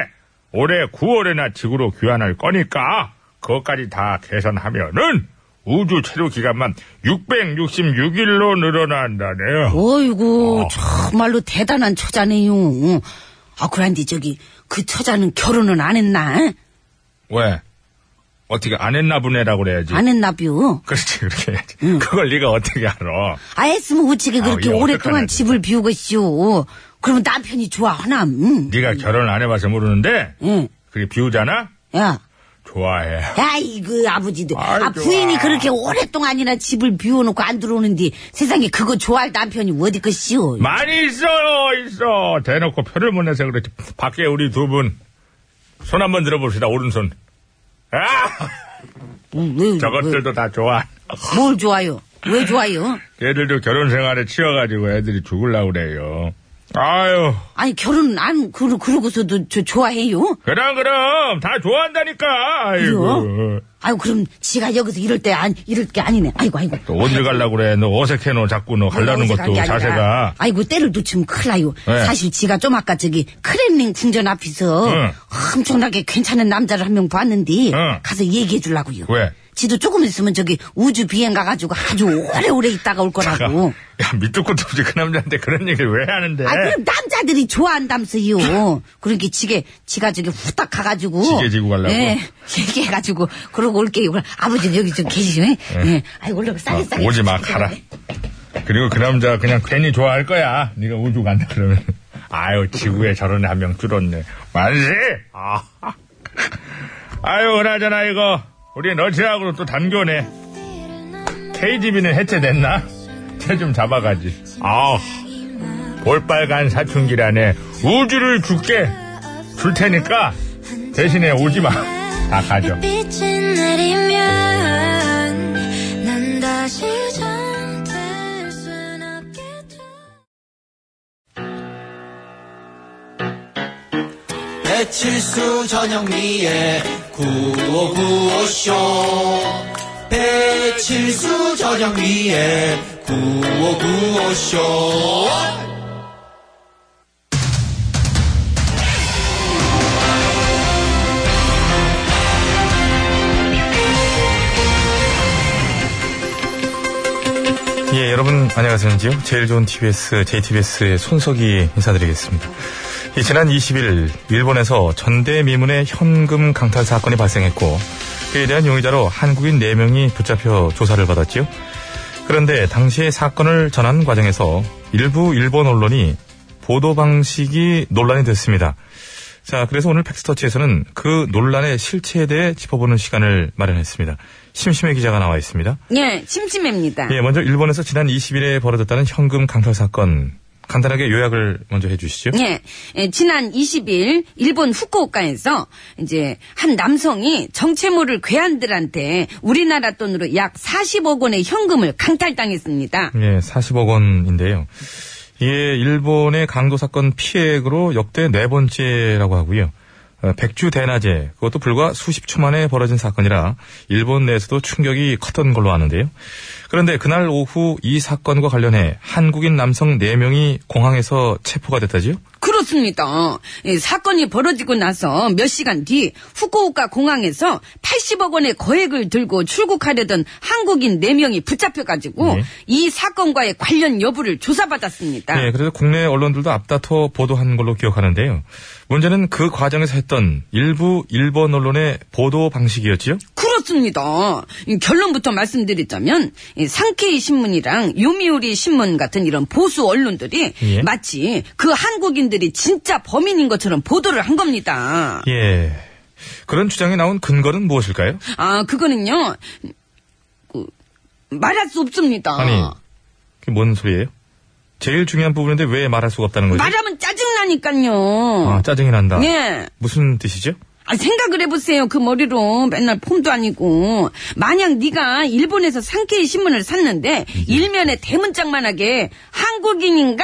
올해 9월에나 지구로 귀환할 거니까 그것까지 다 계산하면은 우주 체류 기간만 666일로 늘어난다네요.
어이구 정말로 대단한 처자네요 아 그런데 저기 그 처자는 결혼은 안 했나 응?
왜? 어떻게 안 했나 보네라고 그래야지.
안 했나뷰
그렇지 그렇게 해야지. 그걸 네가 어떻게 알아?
아 했으면 어찌게
아우,
그렇게
이거
오랫동안
어떡하나, 진짜.
집을 비우겠쇼 그러면 남편이 좋아하남
네가 결혼을 안 해봐서 모르는데
음.
그게 비우잖아?
응야
좋아해.
아이고 아버지들
아이,
아 부인이
좋아.
그렇게 오랫동안이나 집을 비워놓고 안 들어오는데 세상에 그거 좋아할 남편이 어디 것이오
많이 있어요, 있어. 대놓고 표를 못 내서 그렇지. 밖에 우리 두 분, 손 한번 들어봅시다, 오른손. 아!
왜,
저것들도 다 좋아.
왜, 뭘 좋아요 왜 좋아요
얘들도 결혼 생활에 치여가지고 애들이 죽을라고 그래요. 아유,
아니 결혼 안 그러, 그러고서도 저 좋아해요?
그럼, 그럼, 다 좋아한다니까. 아이고.
그래요? 아유 그럼 지가 여기서 이럴 때 안 이럴 게 아니네. 아이고 아이고.
또 어딜 갈라고 그래. 너 어색해, 너 자꾸 너 갈라는
어색한
것도
게 아니라.
자세가.
아이고 뭐 때를 놓치면 큰일 나요.
네.
사실 지가 좀 아까 저기 크렘린 궁전 앞에서
응.
엄청나게 괜찮은 남자를 한 명 봤는데
응.
가서 얘기해 주려고요.
왜?
지도 조금 있으면 저기 우주 비행 가가지고 아주 오래오래 있다가 올
야,
거라고.
야, 밑도 끝도 없이 그 남자한테 그런 얘기를 왜 하는데?
아 그럼 남자들이 좋아한다면서요. 그러니까 지게 지가 저기 후딱 가가지고
지게 지고 가려고?
예, 이렇게 해가지고 그러고 올게요. 그럼 아버지 여기 좀 계시죠? 예. 예. 아이 올라가 싸게 싸게.
어, 오지 마, 가라. 그리고 그 남자 그냥 괜히 좋아할 거야. 네가 우주 간다 그러면. 아유, 지구에 저런 한 명 줄었네. 만세! 아. 아유, 그나저나 이거. 우리 러시아하고도 또 단교네. KGB는 해체됐나? 쟤 좀 잡아가지. 아, 볼빨간 사춘기라네. 우주를 줄게. 줄 테니까 대신에 오지 마. 다 가져.
빛이 내리면 난 다시 잠들 순 없겠죠
배칠수 전영미의 구호구호쇼 배칠수 전영미의 구호구호쇼
예, 여러분 안녕하세요. 제일 좋은 TBS, JTBS의 손석희 인사드리겠습니다. 이 지난 20일 일본에서 전대미문의 현금 강탈 사건이 발생했고 그에 대한 용의자로 한국인 4명이 붙잡혀 조사를 받았지요. 그런데 당시의 사건을 전하는 과정에서 일부 일본 언론이 보도 방식이 논란이 됐습니다. 자, 그래서 오늘 팩스터치에서는 그 논란의 실체에 대해 짚어보는 시간을 마련했습니다. 심심해 기자가 나와 있습니다.
예, 침침합니다.
예, 먼저 일본에서 지난 20일에 벌어졌다는 현금 강탈 사건 간단하게 요약을 먼저 해주시죠.
예, 예, 지난 20일 일본 후쿠오카에서 이제 한 남성이 정체 모를 괴한들한테 우리나라 돈으로 약 40억 원의 현금을 강탈당했습니다.
예, 40억 원인데요. 이게 일본의 강도 사건 피해액으로 역대 네 번째라고 하고요. 어, 백주 대낮에 그것도 불과 수십 초 만에 벌어진 사건이라 일본 내에서도 충격이 컸던 걸로 아는데요. 그런데 그날 오후 이 사건과 관련해 한국인 남성 4명이 공항에서 체포가 됐다지요?
그렇습니다. 예, 사건이 벌어지고 나서 몇 시간 뒤 후쿠오카 공항에서 80억 원의 거액을 들고 출국하려던 한국인 4명이 붙잡혀가지고
네.
이 사건과의 관련 여부를 조사받았습니다.
예, 그래서 국내 언론들도 앞다퉈 보도한 걸로 기억하는데요. 문제는 그 과정에서 했던 일부 일본 언론의 보도 방식이었지요?
그렇습니다. 이 결론부터 말씀드리자면 이 상케이 신문이랑 요미우리 신문 같은 이런 보수 언론들이
예.
마치 그 한국인들이 진짜 범인인 것처럼 보도를 한 겁니다.
예. 그런 주장이 나온 근거는 무엇일까요?
아 그거는요 그, 말할 수 없습니다.
아니, 그게 뭔 소리예요? 제일 중요한 부분인데 왜 말할 수가 없다는 거죠?
말하면 짜증나니까요.
아, 짜증이 난다.
예.
무슨 뜻이죠?
아, 생각을 해보세요. 그 머리로 맨날 폼도 아니고 만약 네가 일본에서 상케이 신문을 샀는데 일면에 대문짝만하게 한국인인가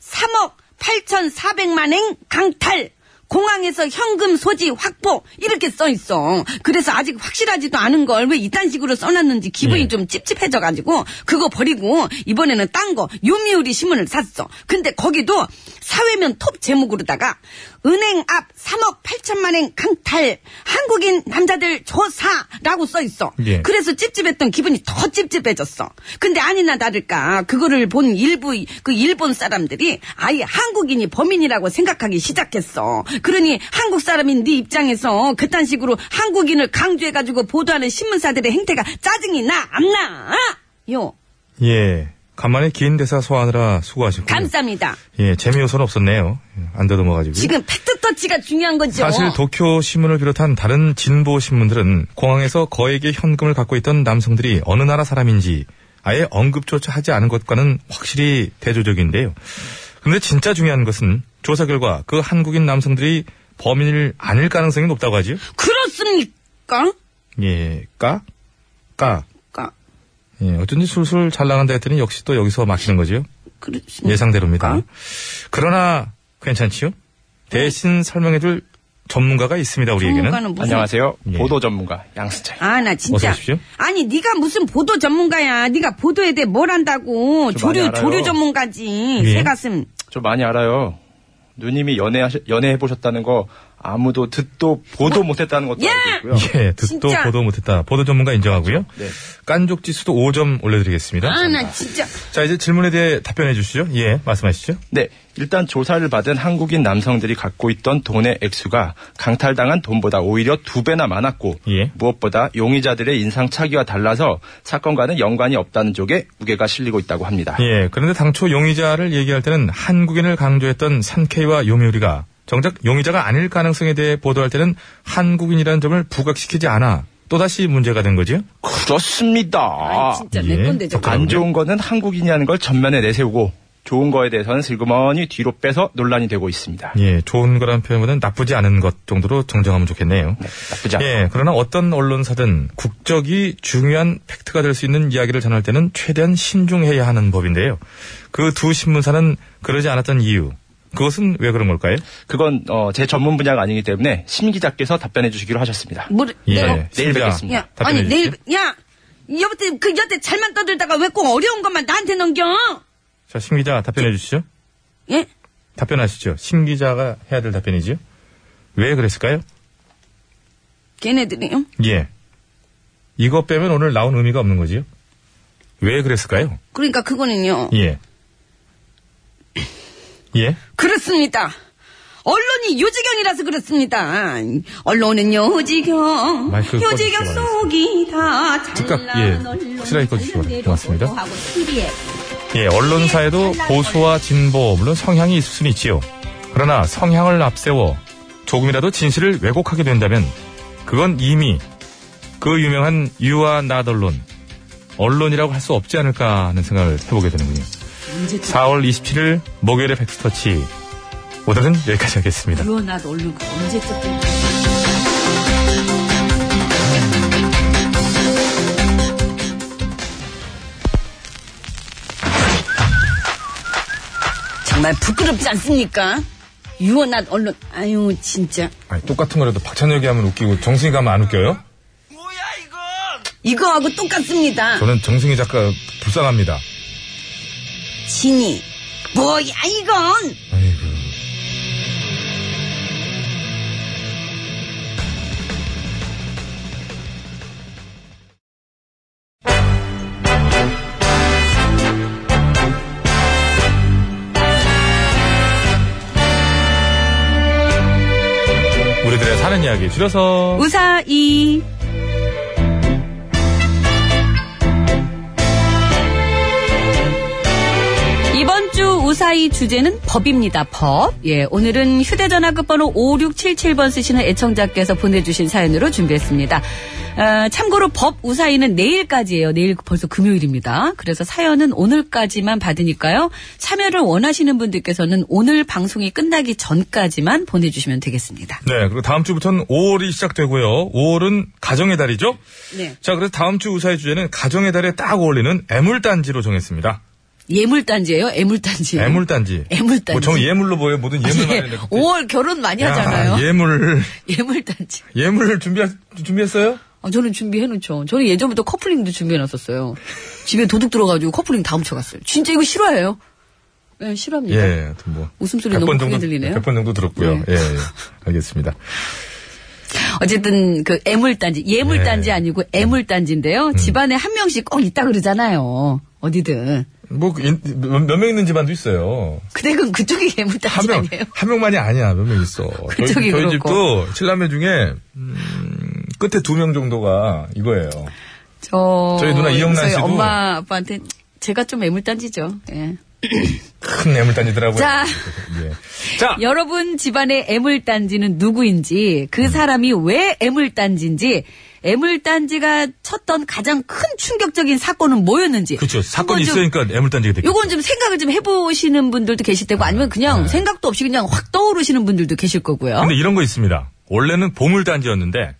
3억 8,400만 행 강탈 공항에서 현금 소지 확보 이렇게 써 있어. 그래서 아직 확실하지도 않은 걸 왜 이딴 식으로 써놨는지 기분이
예.
좀 찝찝해져가지고 그거 버리고 이번에는 딴 거 요미우리 신문을 샀어. 근데 거기도 사회면 톱 제목으로다가 은행 앞 3억 8천만엔 강탈 한국인 남자들 조사라고 써 있어.
예.
그래서 찝찝했던 기분이 더 찝찝해졌어. 근데 아니나 다를까 그거를 본 일부 그 일본 사람들이 아예 한국인이 범인이라고 생각하기 시작했어. 그러니 한국 사람인 네 입장에서 그딴 식으로 한국인을 강조해가지고 보도하는 신문사들의 행태가 짜증이 나 안 나? 요
예. 간만에 긴 대사 소화하느라 수고하셨고.
감사합니다.
음.
예, 재미 요소는 없었네요. 예, 안 더듬어가지고.
지금 팩트터치가 중요한 거죠.
사실 도쿄 신문을 비롯한 다른 진보 신문들은 공항에서 거액의 현금을 갖고 있던 남성들이 어느 나라 사람인지 아예 언급조차 하지 않은 것과는 확실히 대조적인데요. 근데 진짜 중요한 것은 조사 결과 그 한국인 남성들이 범인을 아닐 가능성이 높다고 하지요.
그렇습니까?
예, 까? 까.
까.
예, 어쩐지 술술 잘 나간다 했더니 역시 또 여기서 막히는 거지요.
그렇습니까? 네.
예상대로입니다. 그러나 괜찮지요? 대신 설명해줄 전문가가 있습니다. 우리에게는.
전문가는 무슨
안녕하세요.
예.
보도 전문가 양수철.
아 나
어서
진짜
오십시오.
아니 네가 무슨 보도 전문가야 네가 보도에 대해 뭘 안다고
저 많이
조류
알아요.
조류 전문가지
예.
새가슴
저 많이 알아요. 누님이 연애 연애해 보셨다는 거 아무도 듣도 보도 못했다는 것도
예!
알고 있고요.
예, 듣도
진짜. 그렇죠. 네.
보도 못했다. 보도 전문가 인정하고요. 깐족 지수도 5점 올려드리겠습니다.
아 나 진짜
자, 이제 질문에 대해 답변해 주시죠. 예, 말씀하시죠.
네, 일단 조사를 받은 한국인 남성들이 갖고 있던 돈의 액수가 강탈당한 돈보다 오히려 두 배나 많았고
예.
무엇보다 용의자들의 인상 차기와 달라서 사건과는 연관이 없다는 쪽에 무게가 실리고 있다고 합니다.
예, 그런데 당초 용의자를 얘기할 때는 한국인을 강조했던 산케이와 요미우리가 정작 용의자가 아닐 가능성에 대해 보도할 때는 한국인이라는 점을 부각시키지 않아 또다시 문제가 된 거지요?
그렇습니다.
아, 진짜 내
예.
건데 저거.
안 좋은 거는 한국인이라는 걸 전면에 내세우고 좋은 거에 대해서는 슬그머니 뒤로 빼서 논란이 되고 있습니다.
예, 좋은 거라는 표현보다는 나쁘지 않은 것 정도로 정정하면 좋겠네요.
나쁘지 않아요.
예, 그러나 어떤 언론사든 국적이 중요한 팩트가 될 수 있는 이야기를 전할 때는 최대한 신중해야 하는 법인데요. 그 두 신문사는 그러지 않았던 이유, 그것은 왜 그런 걸까요?
그건 어, 제 전문 분야가 아니기 때문에 심 기자께서 답변해 주시기로 하셨습니다.
모르
예,
내가
네. 내일
심지어
뵙겠습니다.
야
답변해
아니
주시죠.
내일 야 여태 그 여태 잘만 떠들다가 왜 꼭 어려운 것만 나한테 넘겨
자, 심 기자 답변해 주시죠.
예
답변하시죠. 심 기자가 해야 될 답변이지요. 왜 그랬을까요?
걔네들이요
예. 이거 빼면 오늘 나온 의미가 없는 거지요. 왜 그랬을까요?
그러니까 그거는요.
예. 예?
그렇습니다. 언론이 요지경이라서 그렇습니다. 언론은 요지경,
마이크
요지경
꺼주시기
속이 다
즉각,
잘난
예,
언론,
확실하게 꺼주시기 바랍니다.
언론대로
고맙습니다.
보도하고 TV에
예, 언론사에도 보수와 진보, 물론 성향이 있을 수는 있지요. 그러나 성향을 앞세워 조금이라도 진실을 왜곡하게 된다면 그건 이미 그 유명한 유아 나덜론, 언론이라고 할 수 없지 않을까 하는 생각을 해보게 되는군요. 4월 27일 목요일의 백스터치. 오늘은 여기까지 하겠습니다.
유언한 얼른 언제 떴든.
정말 부끄럽지 않습니까? 유언한 언론, 아유 진짜.
아니, 똑같은 거라도 박찬혁이 하면 웃기고 정승이 가면 안 웃겨요?
이거하고 뭐 똑같습니다.
저는 정승희 작가 불쌍합니다.
진이 뭐야 이건?
아이고. 우리들의 사는 이야기 줄여서
우사이
이번 주 우사히 주제는 법입니다. 법. 예, 오늘은 휴대전화 끝번호 5677번 쓰시는 애청자께서 보내주신 사연으로 준비했습니다. 아, 참고로 법 우사히는 내일까지예요. 내일 벌써 금요일입니다. 그래서 사연은 오늘까지만 받으니까요. 참여를 원하시는 분들께서는 오늘 방송이 끝나기 전까지만 보내주시면 되겠습니다.
네, 그리고 다음 주부터는 5월이 시작되고요. 5월은 가정의 달이죠?
네.
자, 그래서 다음 주 우사의 주제는 가정의 달에 딱 어울리는 애물단지로 정했습니다.
예물단지예요. 애물단지.
애물단지.
네. 애물단지.
뭐, 저 예물로 보여. 모든 예물만
예,
했는데.
5월 결혼 많이 하잖아요.
예물,
예물단지.
예물을 준비, 준비했어요?
아, 저는 준비해놓죠. 저는 예전부터 커플링도 준비해놨었어요. 집에 도둑 들어가지고 커플링 다 훔쳐갔어요. 진짜 이거 싫어해요. 네, 싫어합니다.
예, 하여튼 뭐.
웃음소리
100번
너무 크게
정도,
들리네요.
100번 정도 들었고요.
네.
예, 예. 알겠습니다.
어쨌든 그 애물단지, 예물단지
예.
아니고 애물단지인데요.
음.
집안에 한 명씩 꼭 있다 그러잖아요. 어디든.
뭐, 그 인- 몇, 몇 명 있는 집안도 있어요.
근데 그 그쪽이
한
예물단지
명,
아니에요?
한 명만이 아니야. 몇 명 있어. 저희, 저희
그쪽이 그렇고.
집도 칠남매 중에, 음, 끝에 두 명 정도가 이거예요.
저
저희 누나 이영란
저희
씨도-
엄마 아빠한테 제가 좀 애물단지죠. 예.
큰 애물단지더라고요.
자.
예. 자,
여러분 집안의 애물단지는 누구인지
음.
그 사람이 왜 애물단지인지 애물단지가 쳤던 가장 큰 충격적인 사건은 뭐였는지
그렇죠. 사건이
한번 좀-
있으니까 애물단지가 됐겠죠.
요건 좀 생각을 좀 해보시는 분들도 계실 테고 아니면 그냥
네.
생각도 없이 그냥 확 떠오르시는 분들도 계실 거고요.
근데 이런 거 있습니다. 원래는 보물단지였는데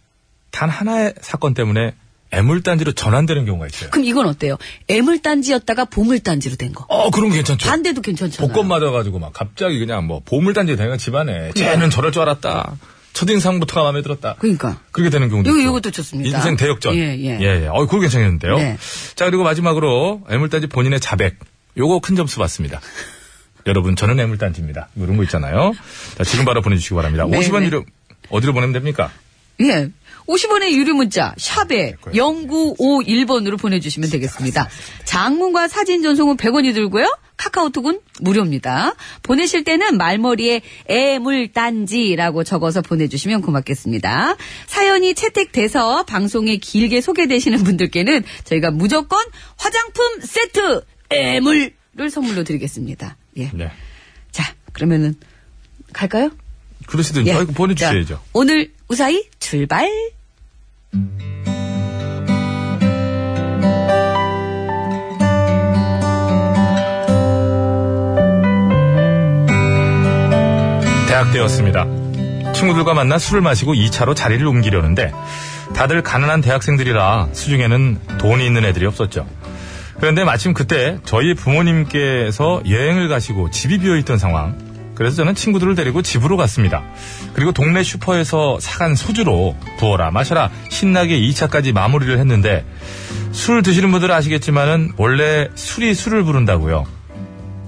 단 하나의 사건 때문에 애물단지로 전환되는 경우가 있어요.
그럼 이건 어때요? 애물단지였다가 보물단지로 된 거.
어, 그럼 괜찮죠.
반대도 괜찮잖아요.
복권 맞아가지고 막 갑자기 그냥 뭐 보물단지가 되니까
네.
집안에 쟤는 저럴 줄 알았다. 첫인상부터가 마음에 들었다.
그러니까.
그렇게 되는 경우도
요-
있죠.
요것도 좋습니다.
인생 대역전.
예, 예.
어, 그거 괜찮겠는데요.
네.
자, 그리고 마지막으로 애물단지 본인의 자백. 요거 큰 점수 받습니다. 여러분, 저는 애물단지입니다. 이런 거 있잖아요. 자, 지금 바로 보내주시기 바랍니다.
네,
50원
네.
유료 어디로 보내면 됩니까?
예. 50원의 유료 문자
네,
샵에 0951번으로 보내주시면 되겠습니다. 장문과 사진 전송은 100원이 들고요. 카카오톡은 무료입니다. 보내실 때는 말머리에 애물단지라고 적어서 보내주시면 고맙겠습니다. 사연이 채택돼서 방송에 길게 소개되시는 분들께는 저희가 무조건 화장품 세트 애물을 선물로 드리겠습니다. 예.
네.
자, 그러면은 갈까요?
그러시든지.
예.
아이고, 보내주셔야죠.
자, 오늘 우사히 출발.
대학 때였습니다. 친구들과 만나 술을 마시고 2차로 자리를 옮기려는데 다들 가난한 대학생들이라 수중에는 돈이 있는 애들이 없었죠. 그런데 마침 그때 저희 부모님께서 여행을 가시고 집이 비어있던 상황. 그래서 저는 친구들을 데리고 집으로 갔습니다. 그리고 동네 슈퍼에서 사간 소주로 부어라 마셔라 신나게 2차까지 마무리를 했는데 술 드시는 분들은 아시겠지만은 원래 술이 술을 부른다고요.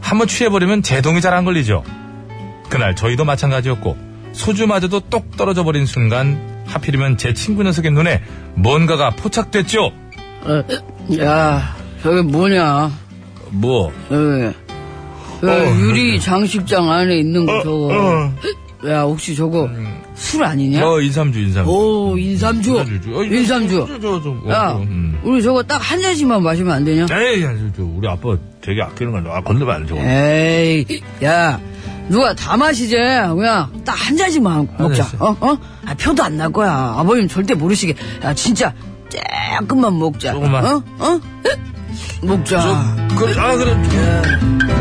한번 취해버리면 제동이 잘 안 걸리죠. 그날 저희도 마찬가지였고 소주마저도 똑 떨어져 버린 순간 하필이면 제 친구 녀석의 눈에 뭔가가 포착됐죠.
야, 저게 뭐냐?
뭐?
예. 그
어.
유리 장식장 안에 있는 거 저거. 야, 혹시 저거 술 아니냐?
어, 인삼주, 인삼주.
오, 인삼주.
음. 인삼주. 어, 이거
인삼주.
저, 좀. 어,
야,
어, 음.
우리 저거 딱 한 잔씩만 마시면 안 되냐?
에이, 야, 저, 저, 우리 아빠 되게 아끼는 건데, 아, 건드면 안 돼, 저거.
에이, 야, 누가 다 마시지? 그냥 딱 한 잔씩 마, 먹자.
잔씩.
어, 어? 아, 표도 안 날 거야. 아버님 절대 모르시게. 야, 진짜 조금만 먹자.
조금만.
어, 어? 먹자.
그래, 아, 그래.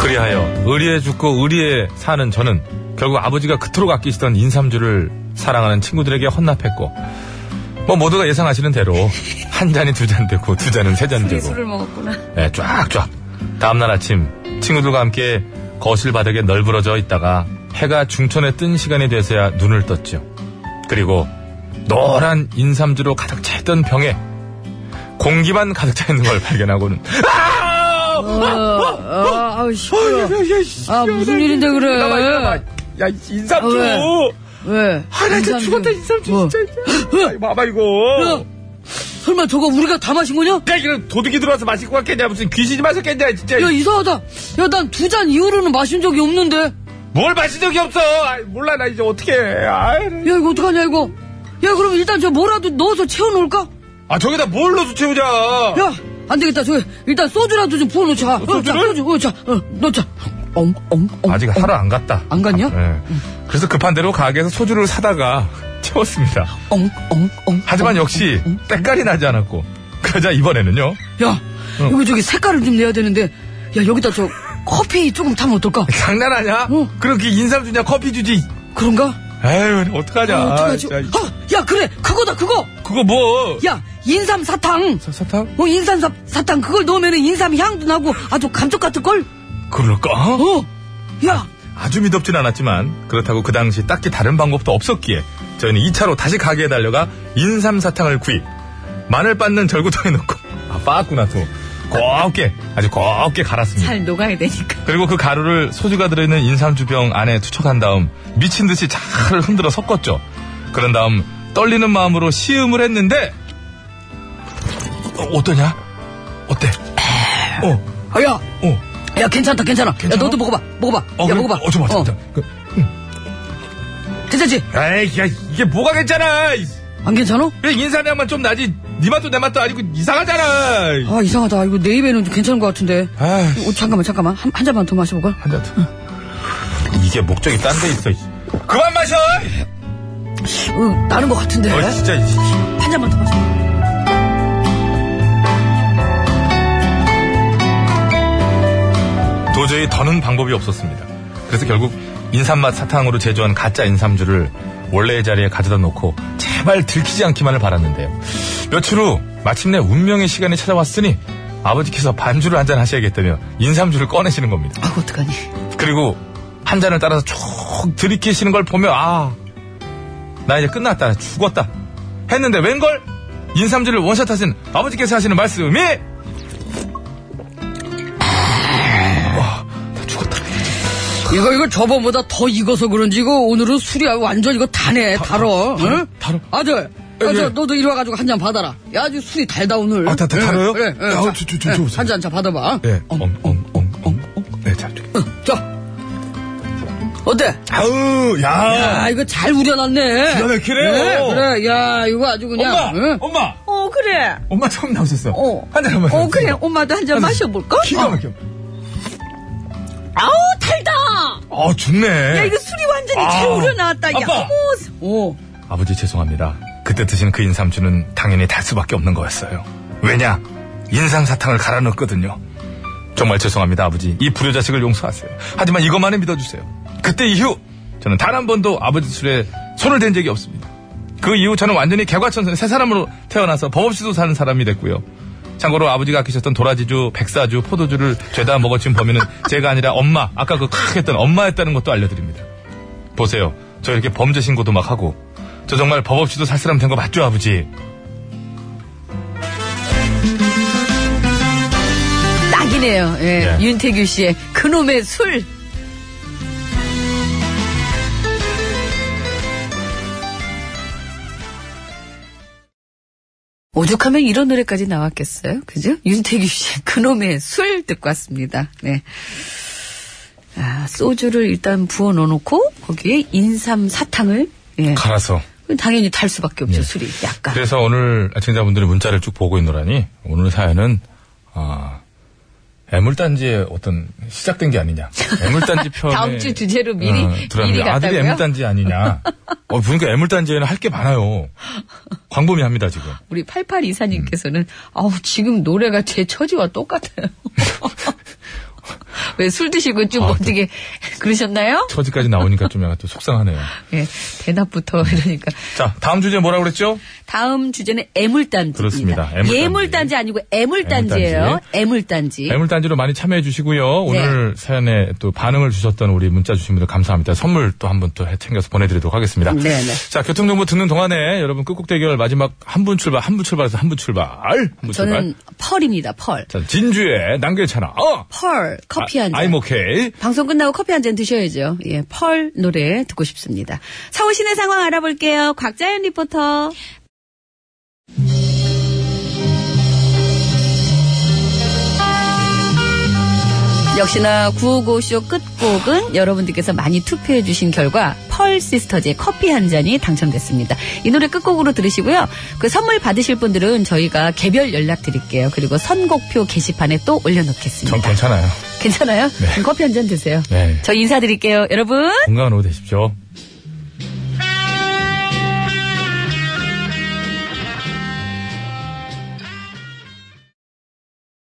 그리하여 의리에 죽고 의리에 사는 저는 결국 아버지가 그토록 아끼시던 인삼주를 사랑하는 친구들에게 헌납했고 뭐 모두가 예상하시는 대로 한 잔이 두 잔 되고 두 잔은 세 잔 되고
술을 먹었구나.
예, 쫙쫙. 다음날 아침 친구들과 함께 거실 바닥에 널브러져 있다가 해가 중천에 뜬 시간이 돼서야 눈을 떴죠. 그리고 노란 인삼주로 가득 차 있던 병에 공기만 가득 차 있는 걸 발견하고는
어, 아, 아우, 시끄러. 아, 무슨 일인데 그래.
야, 인삼주!
어, 왜?
아, 나 진짜
인삼주.
죽었다, 인삼주,
뭐? 어?
진짜. 아이, 봐봐, 이거.
설마 뭐, 저거 우리가 다 마신 거냐?
야, 이거 도둑이 들어와서 마실 것 같겠냐? 무슨 귀신이 마셨겠냐, 진짜.
야, 이상하다. 야, 난 두 잔 이후로는 마신 적이 없는데.
뭘 마신 적이 없어! 아이, 몰라, 나 이제 어떻게 해. 아이, 나-
야, 이거 어떡하냐, 이거. 야, 그럼 일단 저 뭐라도 넣어서 채워놓을까?
아, 저기다 뭘 넣어서 채우자.
야, 안 되겠다. 저 일단 소주라도 좀 부어놓자. 소주를? 어, 자, 소주, 어, 자, 어, 넣자. 엉, 엉, 엉.
아직 하루 안 갔다.
어. 안 갔냐?
아, 네.
예. 그래서 급한 대로 가게에서 소주를 사다가 채웠습니다.
엉, 엉, 엉.
하지만
엉,
역시
엉, 엉.
때깔이 나지 않았고 그러자 이번에는요.
야, 이거 저기 색깔을 좀 내야 되는데. 야, 여기다 저 커피 조금 타면 어떨까?
장난하냐?
어.
그렇게 인삼 주냐 커피 주지.
그런가?
에휴 어떡하냐.
어, 어떡하지?
진짜.
아, 야, 그래. 그거다, 그거.
그거 뭐?
야, 인삼 사탕.
사탕?
어, 인삼 사, 사탕. 그걸 넣으면 인삼 향도 나고 아주 감쪽 같을걸?
그럴까?
어? 야,
아주 미덥진 않았지만 그렇다고 그 당시 딱히 다른 방법도 없었기에 저희는 2차로 다시 가게에 달려가 인삼 사탕을 구입. 마늘 빻는 절구통에 넣고 아 빻았구나 또. 곱게 아주 곱게 갈았습니다.
잘 녹아야 되니까.
그리고 그 가루를 소주가 들어있는 인삼주병 안에 투척한 다음 미친 듯이 잘 흔들어 섞었죠. 그런 다음 떨리는 마음으로 시음을 했는데 어, 어떠냐? 어때? 어,
아, 야.
어.
야, 괜찮다, 괜찮아. 야,
괜찮아?
너도 먹어봐, 먹어봐.
어,
야,
그래?
먹어봐.
어, 좀 맞다.
어, 괜찮지?
에이, 야, 이게 뭐가 괜찮아. 이-
안 괜찮아?
그래, 인삼향만 좀 나지. 네 맛도 내 맛도 아니고 이상하잖아.
아, 이상하다. 이거 내 입에는 좀 괜찮은 것 같은데.
아,
어, 잠깐만, 잠깐만. 한, 한 잔만 더 마셔볼까?
한잔 더. 이게 목적이 딴 데 있어. 이. 그만 마셔.
어, 나는 것 같은데.
어, 진짜. 이-
한 잔만 더 마셔.
도저히 더는 방법이 없었습니다. 그래서 결국 인삼맛 사탕으로 제조한 가짜 인삼주를 원래의 자리에 가져다 놓고 제발 들키지 않기만을 바랐는데요. 며칠 후 마침내 운명의 시간이 찾아왔으니 아버지께서 반주를 한잔 하셔야겠다며 인삼주를 꺼내시는 겁니다.
아, 어떡하니.
그리고 한 잔을 따라서 쭉 들이키시는 걸 보며 아, 나 이제 끝났다. 죽었다. 했는데 웬걸? 인삼주를 원샷 하신 아버지께서 하시는 말씀이
이거, 이거 저번보다 더 익어서 그런지, 이거 오늘은 술이 완전 이거 다네, 달어. 응?
달어.
아들. 야, 저, 너도 이리 와가지고 한 잔 받아라. 야, 아주 술이 달다, 오늘.
예, 아, 다- 다
예,
달아요?
그래, 예,
야,
자,
저, 저, 저,
예,
저, 저.
한 잔, 자, 받아봐.
네, 엉, 엉, 엉, 엉, 엉. 네, 자, 저기.
자. 어때?
아우, 야.
야, 이거 잘 우려놨네.
어. 기가 막히네요.
네, 그래, 야, 이거 아주 그냥.
엄마,
응?
엄마,
어, 그래.
엄마 처음 나오셨어.
어.
한잔 한번.
어, 그래. 엄마도 한 잔 마셔볼까?
기가 막혀.
아우,
어,
달다!
아, 죽네.
야, 이거 술이 완전히
아.
잘 우려나왔다. 야,
아빠.
어머,
오.
아버지 죄송합니다. 그때 드신 그 인삼주는 당연히 달 수밖에 없는 거였어요. 왜냐? 인삼 사탕을 갈아 넣었거든요. 정말 죄송합니다, 아버지. 이 불효자식을 용서하세요. 하지만 이것만은 믿어주세요. 그때 이후 저는 단 한 번도 아버지 술에 손을 댄 적이 없습니다. 그 이후 저는 완전히 개과천선 새 사람으로 태어나서 법 없이도 사는 사람이 됐고요. 참고로 아버지가 아끼셨던 도라지주, 백사주, 포도주를 죄다 먹어친 범인은 제가 아니라 엄마, 아까 그 칵 했던 엄마였다는 것도 알려드립니다. 보세요. 저 이렇게 범죄 신고도 막 하고. 저 정말 법 없이도 살 사람 된 거 맞죠, 아버지?
딱이네요. 예.
예.
윤태규 씨의 그놈의 술. 오죽하면 이런 노래까지 나왔겠어요? 그죠? 윤태규 씨, 그놈의 술 듣고 왔습니다. 네. 아, 소주를 일단 부어 넣어놓고, 거기에 인삼 사탕을, 예.
갈아서.
당연히 탈
네.
수밖에 없죠, 술이. 약간.
그래서 오늘 청자분들이 문자를 쭉 보고 있노라니 오늘 사연은 아 애물단지의 어떤 시작된 게 아니냐. 애물단지 편에
다음 주 주제로 미리,
어, 드라마.
미리
아들이
갔다고요?
애물단지 아니냐. 어, 보니까 애물단지에는 할 게 많아요. 광범위합니다 지금.
우리 8824님께서는, 아우, 지금 노래가 제 처지와 똑같아요. 왜 술 드시고 좀
아, 또-
어떻게, 그러셨나요?
처지까지 나오니까 좀 약간 또 속상하네요.
예,
음.
대낮부터 이러니까.
자 다음 주제 뭐라 그랬죠?
다음 주제는 애물단지입니다.
그렇습니다. 애물단지.
예물단지 아니고 애물단지예요. 애물단지.
애물단지로 많이 참여해 주시고요.
네.
오늘 사연에 또 반응을 주셨던 우리 문자 주신 분들 감사합니다. 선물 또 한 번 또 챙겨서 보내드리도록 하겠습니다.
네네.
자, 교통정보 듣는 동안에 여러분 끝곡 대결 마지막 한 분 출발, 한 분 출발해서 한 분 출발, 한 분 출발.
저는 펄입니다. 펄.
자, 진주의 난괜찮아. 어!
펄 커피
아,
한 잔.
I'm okay.
방송 끝나고 커피 한 잔 드셔야죠. 예, 펄 노래 듣고 싶습니다.
서울 시내 상황 알아볼게요. 곽자연 리포터.
역시나 955쇼 끝곡은 여러분들께서 많이 투표해 주신 결과 펄 시스터즈의 커피 한 잔이 당첨됐습니다. 이 노래 끝곡으로 들으시고요. 그 선물 받으실 분들은 저희가 개별 연락 드릴게요. 그리고 선곡표 게시판에 또
전
올려놓겠습니다.
괜찮아요.
괜찮아요? 그럼 커피 한 잔 드세요.
네.
저 인사드릴게요. 여러분.
건강한 오후 되십시오.